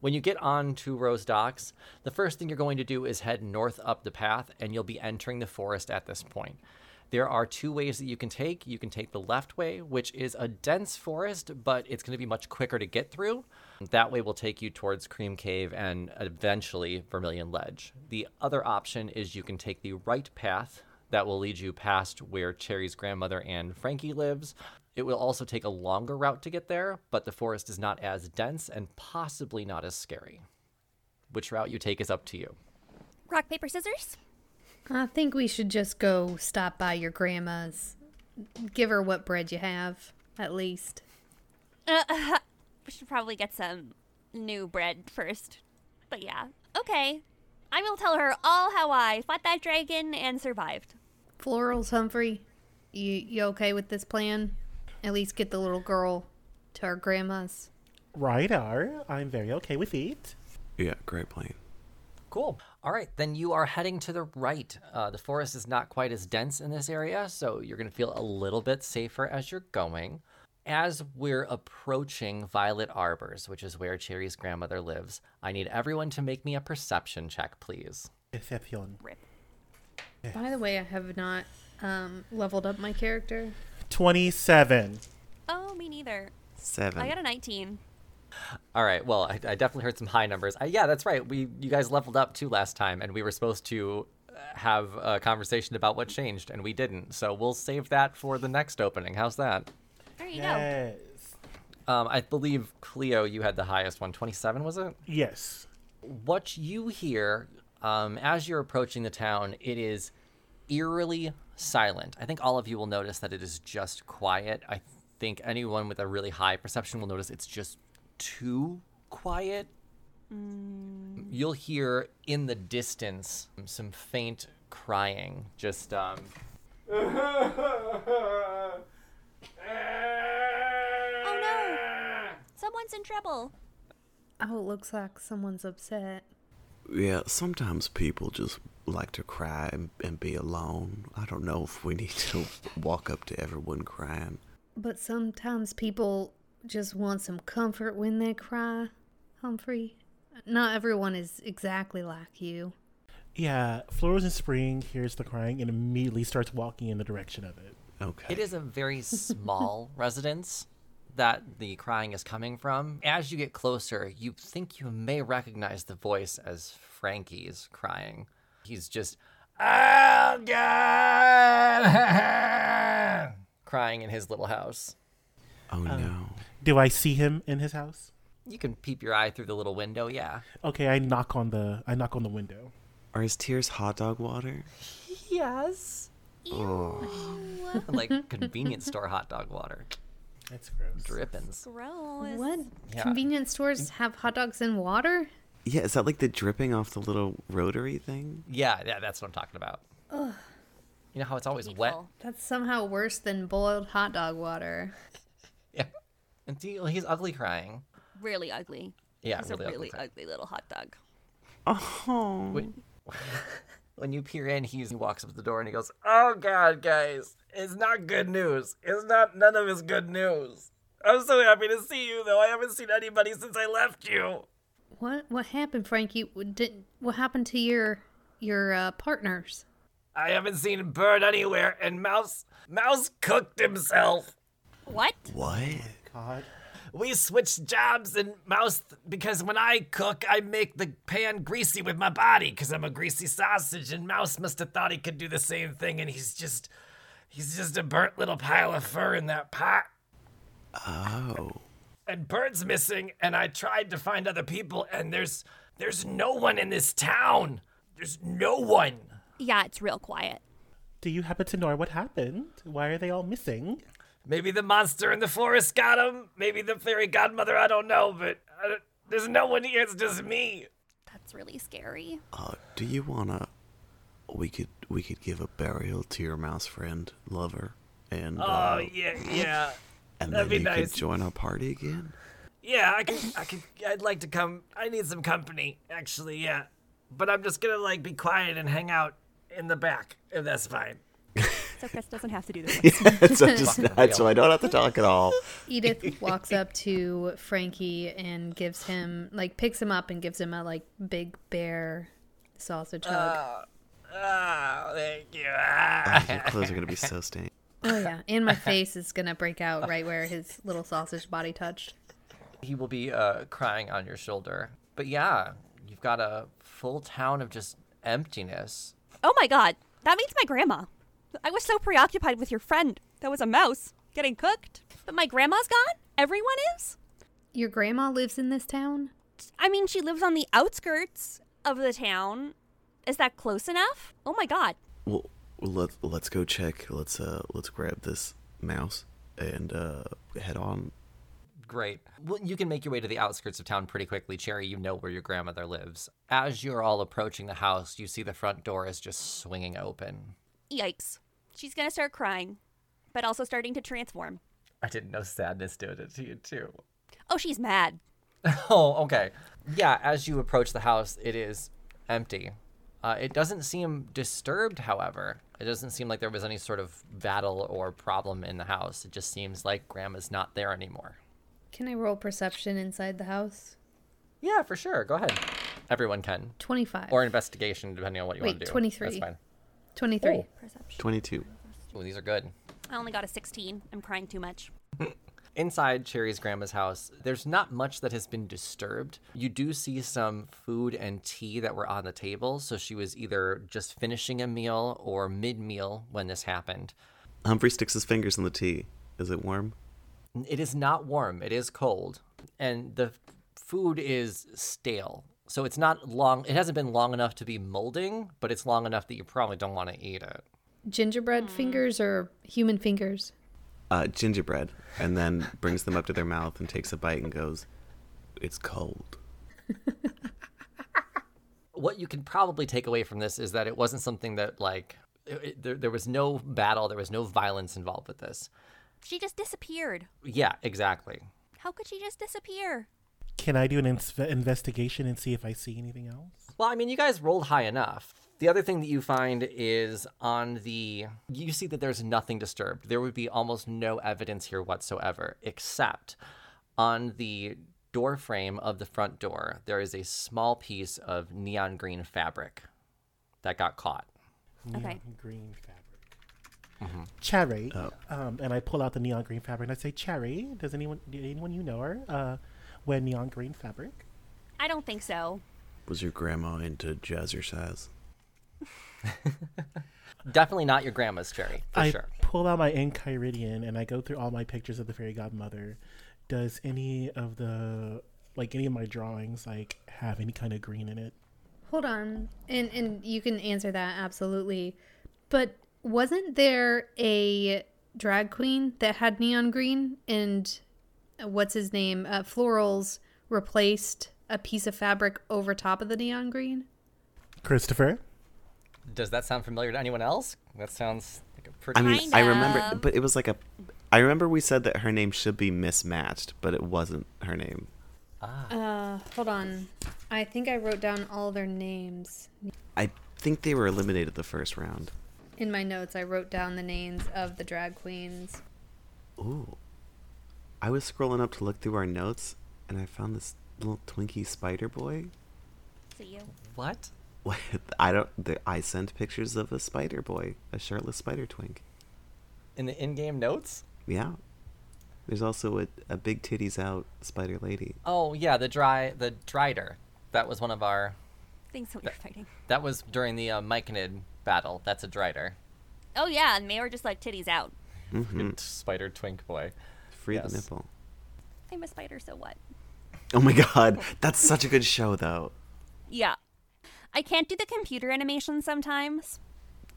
Speaker 1: When you get on to Rose Docks, the first thing you're going to do is head north up the path, and you'll be entering the forest at this point. There are two ways that you can take. You can take the left way, which is a dense forest, but it's going to be much quicker to get through. That way will take you towards Cream Cave and eventually Vermilion Ledge. The other option is you can take the right path that will lead you past where Cherry's grandmother and Frankie lives. It will also take a longer route to get there, but the forest is not as dense and possibly not as scary. Which route you take is up to you.
Speaker 6: Rock, paper, scissors?
Speaker 4: I think we should just go stop by your grandma's. Give her what bread you have, at least.
Speaker 6: Uh, we should probably get some new bread first. But yeah. Okay. I will tell her all how I fought that dragon and survived.
Speaker 4: Florals, Humphrey, you, you okay with this plan? At least get the little girl to our grandma's.
Speaker 2: Right, are I'm very okay with it.
Speaker 7: Yeah, great plan.
Speaker 1: Cool. All right, then you are heading to the right. Uh, the forest is not quite as dense in this area, so you're going to feel a little bit safer as you're going. As we're approaching Violet Arbors, which is where Cherry's grandmother lives, I need everyone to make me a perception check, please.
Speaker 2: Perception.
Speaker 6: Rip.
Speaker 4: By the way, I have not um, leveled up my character.
Speaker 2: Twenty-seven.
Speaker 6: Oh, me neither.
Speaker 3: Seven.
Speaker 6: I got a 19.
Speaker 1: All right. Well, I, I definitely heard some high numbers. I, yeah, that's right. We you guys leveled up too last time, and we were supposed to uh, have a conversation about what changed, and we didn't. So we'll save that for the next opening. How's that?
Speaker 6: There you go.
Speaker 2: Yes.
Speaker 1: Um, I believe Cleo, you had the highest one. Twenty-seven was it?
Speaker 2: Yes.
Speaker 1: What you hear um, as you're approaching the town, it is eerily silent. I think all of you will notice that it is just quiet. I think anyone with a really high perception will notice it's just too quiet. You'll hear in the distance some faint crying, just um,
Speaker 6: Oh no! Someone's in trouble.
Speaker 4: Oh, it looks like someone's upset.
Speaker 7: Yeah, sometimes people just like to cry and, and be alone. I don't know if we need to walk up to everyone crying.
Speaker 4: But sometimes people just want some comfort when they cry, Humphrey. Not everyone is exactly like you.
Speaker 2: Yeah, Flores and Spring hears the crying and immediately starts walking in the direction of it.
Speaker 7: Okay.
Speaker 1: It is a very small residence that the crying is coming from. As you get closer, you think you may recognize the voice as Frankie's crying. He's just "Oh, God!" crying in his little house.
Speaker 7: Oh
Speaker 1: um,
Speaker 7: no.
Speaker 2: Do I see him in his house?
Speaker 1: You can peep your eye through the little window, yeah.
Speaker 2: Okay, I knock on the I knock on the window.
Speaker 7: Are his tears hot dog water?
Speaker 1: Yes. like convenience store hot dog water.
Speaker 2: That's gross.
Speaker 1: Drippins.
Speaker 6: Gross.
Speaker 4: What?
Speaker 1: Yeah.
Speaker 4: Convenience stores have hot dogs and water?
Speaker 7: Yeah, is that like the dripping off the little rotary thing?
Speaker 1: Yeah, yeah, that's what I'm talking about. You know how it's always wet?
Speaker 6: Evil.
Speaker 4: That's somehow worse than boiled hot dog water.
Speaker 1: Yeah. And he- he's ugly crying.
Speaker 6: Really ugly.
Speaker 1: Yeah,
Speaker 6: He's
Speaker 1: really
Speaker 6: a
Speaker 1: ugly
Speaker 6: really
Speaker 1: crying.
Speaker 6: ugly little hot dog.
Speaker 7: Oh.
Speaker 1: When, when you peer in, he's, he walks up to the door and he goes, "Oh God, guys, it's not good news. It's not none of it's good news. I'm so happy to see you, though. I haven't seen anybody since I left you.
Speaker 4: What what happened, Frankie? What, did, what happened to your your uh, partners?
Speaker 1: I haven't seen Bird anywhere, and Mouse Mouse cooked himself.
Speaker 6: What?
Speaker 7: What?
Speaker 2: God.
Speaker 1: We switched jobs, and Mouse because when I cook, I make the pan greasy with my body because I'm a greasy sausage, and Mouse must have thought he could do the same thing, and he's just." He's just a burnt little pile of fur in that pot.
Speaker 7: Oh.
Speaker 1: and Bird's missing, and I tried to find other people, and there's there's no one in this town. There's no one.
Speaker 6: Yeah, it's real quiet.
Speaker 2: Do you happen to know what happened? Why are they all missing?
Speaker 1: Maybe the monster in the forest got him. Maybe the fairy godmother. I don't know, but I don't- there's no one here. It's just me.
Speaker 6: That's really scary.
Speaker 7: Uh, do you wanna? We could we could give a burial to your mouse friend, lover, and
Speaker 1: Oh
Speaker 7: uh,
Speaker 1: yeah, yeah,
Speaker 7: and
Speaker 1: that'd
Speaker 7: then
Speaker 1: be
Speaker 7: he
Speaker 1: nice.
Speaker 7: could join our party again.
Speaker 1: yeah. I could, I could, I'd like to come. I need some company, actually. Yeah, but I'm just gonna like be quiet and hang out in the back, if that's fine.
Speaker 6: So Chris doesn't have to do this.
Speaker 7: so just not, so I don't have to talk at all.
Speaker 4: Edith walks up to Frankie and gives him like picks him up and gives him a like big bear sausage hug.
Speaker 1: Oh, thank you. Ah.
Speaker 7: Your clothes are gonna be so stained.
Speaker 4: Oh yeah, and my face is gonna break out right where his little sausage body touched.
Speaker 1: he will be uh, crying on your shoulder. But yeah, you've got a full town of just emptiness.
Speaker 6: oh my god. That means my grandma. I was so preoccupied with your friend that was a mouse getting cooked. But my grandma's gone? Everyone is?
Speaker 4: Your grandma lives in this town.
Speaker 6: I mean, she lives on the outskirts of the town. Is that close enough? Oh my god.
Speaker 7: Well, let let's go check. Let's uh let's grab this mouse and uh head on.
Speaker 1: Great. Well, you can make your way to the outskirts of town pretty quickly. Cherry, you know where your grandmother lives. As you're all approaching the house, you see the front door is just swinging open.
Speaker 6: Yikes. She's gonna start crying, but also starting to transform.
Speaker 1: I didn't know sadness did it to you, too.
Speaker 6: Oh, she's mad.
Speaker 1: Oh, okay. Yeah, as you approach the house, it is empty. Uh, it doesn't seem disturbed, however. It doesn't seem like there was any sort of battle or problem in the house. It just seems like Grandma's not there anymore.
Speaker 4: Can I roll perception inside the house?
Speaker 1: Yeah, for sure. Go ahead. Everyone can.
Speaker 4: Twenty-five
Speaker 1: Or investigation, depending on what you want to
Speaker 4: Wait,
Speaker 1: do.
Speaker 4: 23.
Speaker 1: That's fine.
Speaker 4: twenty-three.
Speaker 7: Twenty two.
Speaker 1: Ooh, these are good.
Speaker 6: I only got a 16. I'm crying too much.
Speaker 1: Inside Cherry's grandma's house, there's not much that has been disturbed. You do see some food and tea that were on the table, so she was either just finishing a meal or mid meal when this happened.
Speaker 7: Humphrey sticks his fingers in the tea. Is it warm?
Speaker 1: It is not warm, it is cold, and the food is stale. So it's not long, it hasn't been long enough to be molding, but it's long enough that you probably don't want to eat it.
Speaker 4: Gingerbread fingers or human fingers?
Speaker 7: Uh, gingerbread, and then brings them up to their mouth and takes a bite and goes, "It's cold."
Speaker 1: what you can probably take away from this is that it wasn't something that like it- it- there, there was no battle there was no violence involved with this
Speaker 6: She just disappeared.
Speaker 1: yeah exactly
Speaker 6: How could she just disappear?
Speaker 2: Can I do an ins- investigation and see if I see anything else?
Speaker 1: Well, I mean, you guys rolled high enough. The other thing that you find is on the. You see that there's nothing disturbed. There would be almost no evidence here whatsoever, except on the door frame of the front door, there is a small piece of neon green fabric that got caught.
Speaker 6: Okay.
Speaker 2: Green fabric.
Speaker 1: Uh-huh.
Speaker 2: Cherry.
Speaker 1: Oh.
Speaker 2: Um, and I pull out the neon green fabric and I say, Cherry, does anyone did anyone you know her uh, wear neon green fabric?
Speaker 6: I don't think so.
Speaker 7: Was your grandma into jazzercise?
Speaker 1: Definitely not your grandma's cherry, for
Speaker 2: I
Speaker 1: sure.
Speaker 2: pull out my Enchiridion and I go through all my pictures of the fairy godmother. Does any of the like any of my drawings like have any kind of green in it?
Speaker 4: Hold on. And and you can answer that absolutely. But wasn't there a drag queen that had neon green and uh, what's his name? Uh, florals replaced a piece of fabric over top of the neon green?
Speaker 2: Christopher?
Speaker 1: Does that sound familiar to anyone else? That sounds like a pretty.
Speaker 3: I mean,
Speaker 6: Kind
Speaker 3: I remember,
Speaker 6: of.
Speaker 3: but it was like a. I remember we said that her name should be mismatched, but it wasn't her name.
Speaker 4: Uh, hold on. I think I wrote down all their names.
Speaker 3: I think they were eliminated the first round.
Speaker 4: In my notes, I wrote down the names of the drag queens.
Speaker 3: Ooh. I was scrolling up to look through our notes, and I found this little Twinkie Spider Boy.
Speaker 6: See you.
Speaker 1: what?
Speaker 3: What? I don't. The, I sent pictures of a Spider Boy, a shirtless Spider Twink.
Speaker 1: In the in game notes?
Speaker 3: Yeah. There's also a, a big titties out Spider Lady.
Speaker 1: Oh, yeah, the dry. The drider. That was one of our.
Speaker 6: Things what you're fighting.
Speaker 1: That was during the uh, Myconid battle. That's a Drider.
Speaker 6: Oh yeah, and Mayor just like titties out.
Speaker 1: Good Spider Twink Boy.
Speaker 3: Free
Speaker 1: Yes.
Speaker 3: the nipple.
Speaker 6: I'm a spider, so what?
Speaker 3: Oh my god, that's such a good show though.
Speaker 6: Yeah. I can't do the computer animation sometimes,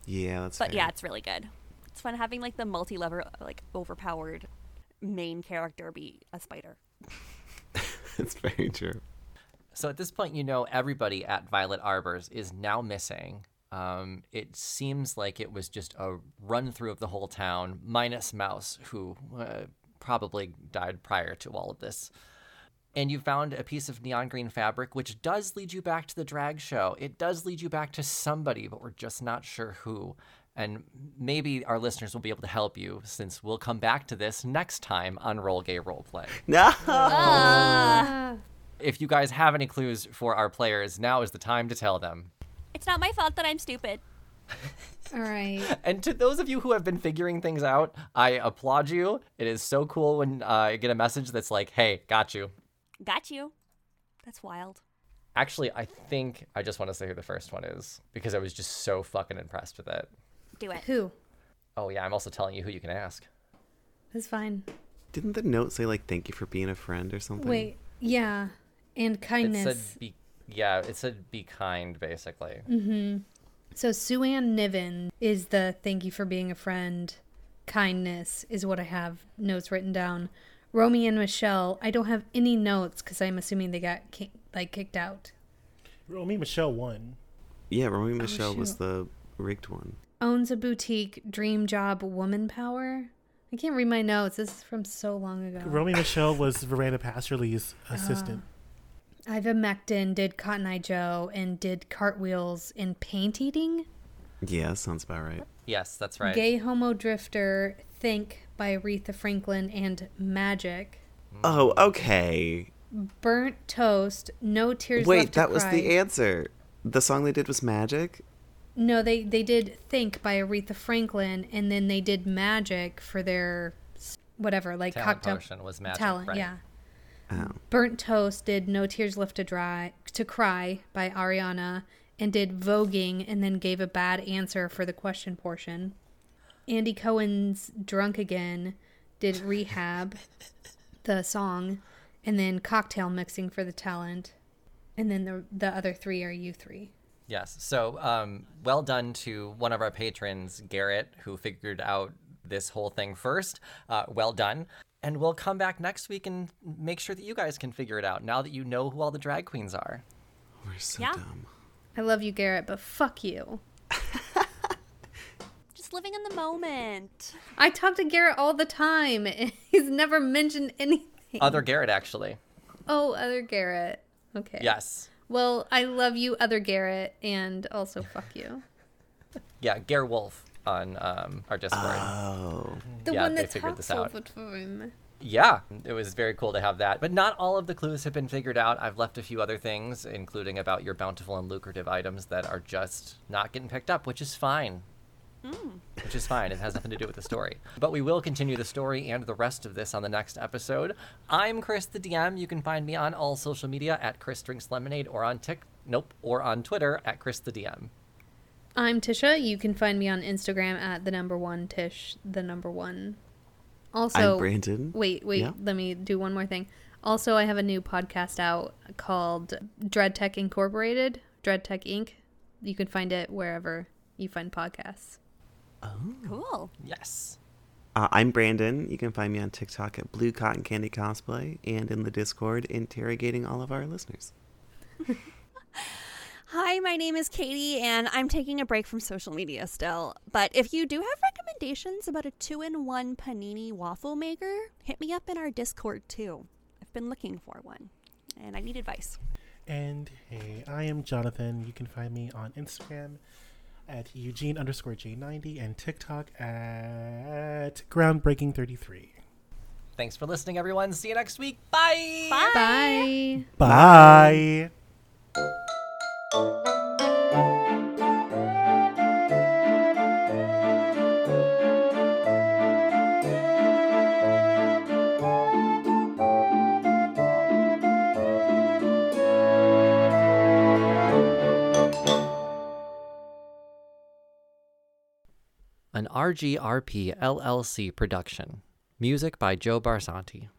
Speaker 3: Yeah, that's.
Speaker 6: but
Speaker 3: fair.
Speaker 6: yeah, it's really good. It's fun having like the multi-level like overpowered main character be a spider.
Speaker 3: it's very true.
Speaker 1: So at this point, you know everybody at Violet Arbors is now missing. Um, it seems like it was just a run through of the whole town, minus Mouse, who uh, probably died prior to all of this. And you found a piece of neon green fabric, which does lead you back to the drag show. It does lead you back to somebody, but we're just not sure who. And maybe our listeners will be able to help you since we'll come back to this next time on Roll Gay Roleplay.
Speaker 3: No.
Speaker 1: Uh. if you guys have any clues for our players, now is the time to tell them.
Speaker 6: It's not my fault that I'm stupid.
Speaker 4: All right.
Speaker 1: And to those of you who have been figuring things out, I applaud you. It is so cool when uh, I get a message that's like, hey, got you.
Speaker 6: Got you. That's wild.
Speaker 1: Actually, I think I just want to say who the first one is because I was just so fucking impressed with it.
Speaker 6: Do it.
Speaker 4: Who?
Speaker 1: Oh, yeah, I'm also telling you who you can ask.
Speaker 4: That's fine.
Speaker 3: Didn't the note say like thank you for being a friend or something?
Speaker 4: Wait. Yeah. And
Speaker 1: It
Speaker 4: kindness.
Speaker 1: said, be, yeah, it said be kind, basically.
Speaker 4: Mm. So Sue Ann Niven is the thank you for being a friend. Kindness is what I have notes written down. Romy and Michelle, I don't have any notes because I'm assuming they got ki- like kicked out.
Speaker 2: Romy Michelle won.
Speaker 3: Yeah, Romy Michelle was
Speaker 4: shoot.
Speaker 3: the rigged one.
Speaker 4: Owns a boutique, dream job, woman power. I can't read my notes. This is from so long ago.
Speaker 2: Romy Michelle was Veranda Pastorly's assistant.
Speaker 4: Ivermectin did Cotton Eye Joe and did cartwheels and paint eating.
Speaker 3: Yeah, sounds about right.
Speaker 1: Yes, that's right.
Speaker 4: Gay Homo Drifter, Think by Aretha Franklin and Magic.
Speaker 3: Oh, okay.
Speaker 4: Burnt Toast, No Tears Left
Speaker 3: Wait,
Speaker 4: to
Speaker 3: that was
Speaker 4: Cry.
Speaker 3: the answer. The song they did was Magic?
Speaker 4: No, they they did Think by Aretha Franklin, and then they did Magic for their s- whatever, like
Speaker 1: Talent
Speaker 4: cocktail
Speaker 1: Potion was magic.
Speaker 4: talent.
Speaker 1: right.
Speaker 4: Yeah,
Speaker 3: Oh.
Speaker 4: Burnt Toast did No Tears Left to Dry to Cry by Ariana, and did Voguing, and then gave a bad answer for the question portion. Andy Cohen's Drunk Again did Rehab, the song, and then cocktail mixing for the talent, and then the the other three are you three.
Speaker 1: Yes. So, um, well done to one of our patrons, Garrett, who figured out this whole thing first. Uh, well done. And we'll come back next week and make sure that you guys can figure it out now that you know who all the drag queens are.
Speaker 3: We're so
Speaker 6: Yeah.
Speaker 3: dumb.
Speaker 4: I love you, Garrett, but fuck you.
Speaker 6: Just living in the moment.
Speaker 4: I talk to Garrett all the time. He's never mentioned anything.
Speaker 1: Uh, Other Garrett, actually.
Speaker 4: Oh, other Garrett. Okay.
Speaker 1: Yes.
Speaker 4: Well, I love you, other Garrett, and also fuck you.
Speaker 1: Yeah, Gare Wolf on um, our Discord.
Speaker 7: Oh,
Speaker 4: The
Speaker 1: Yeah,
Speaker 4: one
Speaker 1: they
Speaker 4: that's
Speaker 1: figured this
Speaker 4: helpful
Speaker 1: out.
Speaker 4: for time.
Speaker 1: yeah, it was very cool to have that. But not all of the clues have been figured out. I've left a few other things, including about your bountiful and lucrative items that are just not getting picked up, which is fine. Which is fine. It has nothing to do with the story. But we will continue the story and the rest of this on the next episode. I'm Chris the DM. You can find me on all social media at Chris Drinks Lemonade or on Tik Nope or on Twitter at Chris the DM.
Speaker 4: I'm Tisha. You can find me on Instagram at the number one Tish, the number one. Also,
Speaker 7: I'm Brandon.
Speaker 4: Wait, wait.
Speaker 7: Yeah.
Speaker 4: Let me do one more thing. Also, I have a new podcast out called Dread Tech Incorporated, Dread Tech Inc. You can find it wherever you find podcasts.
Speaker 6: Cool.
Speaker 1: Yes.
Speaker 3: Uh, I'm Brandon. You can find me on TikTok at Blue Cotton Candy Cosplay and in the Discord interrogating all of our listeners.
Speaker 6: Hi, my name is Katie, and I'm taking a break from social media still. But if you do have recommendations about a two in one panini waffle maker, hit me up in our Discord too. I've been looking for one, and I need advice.
Speaker 2: And hey, I am Jonathan. You can find me on Instagram at Eugene underscore J90 and TikTok at groundbreaking33.
Speaker 1: Thanks for listening, everyone. See you next week. Bye.
Speaker 6: Bye.
Speaker 4: Bye.
Speaker 2: Bye.
Speaker 1: An RGRP LLC production. Music by Joe Barzanti.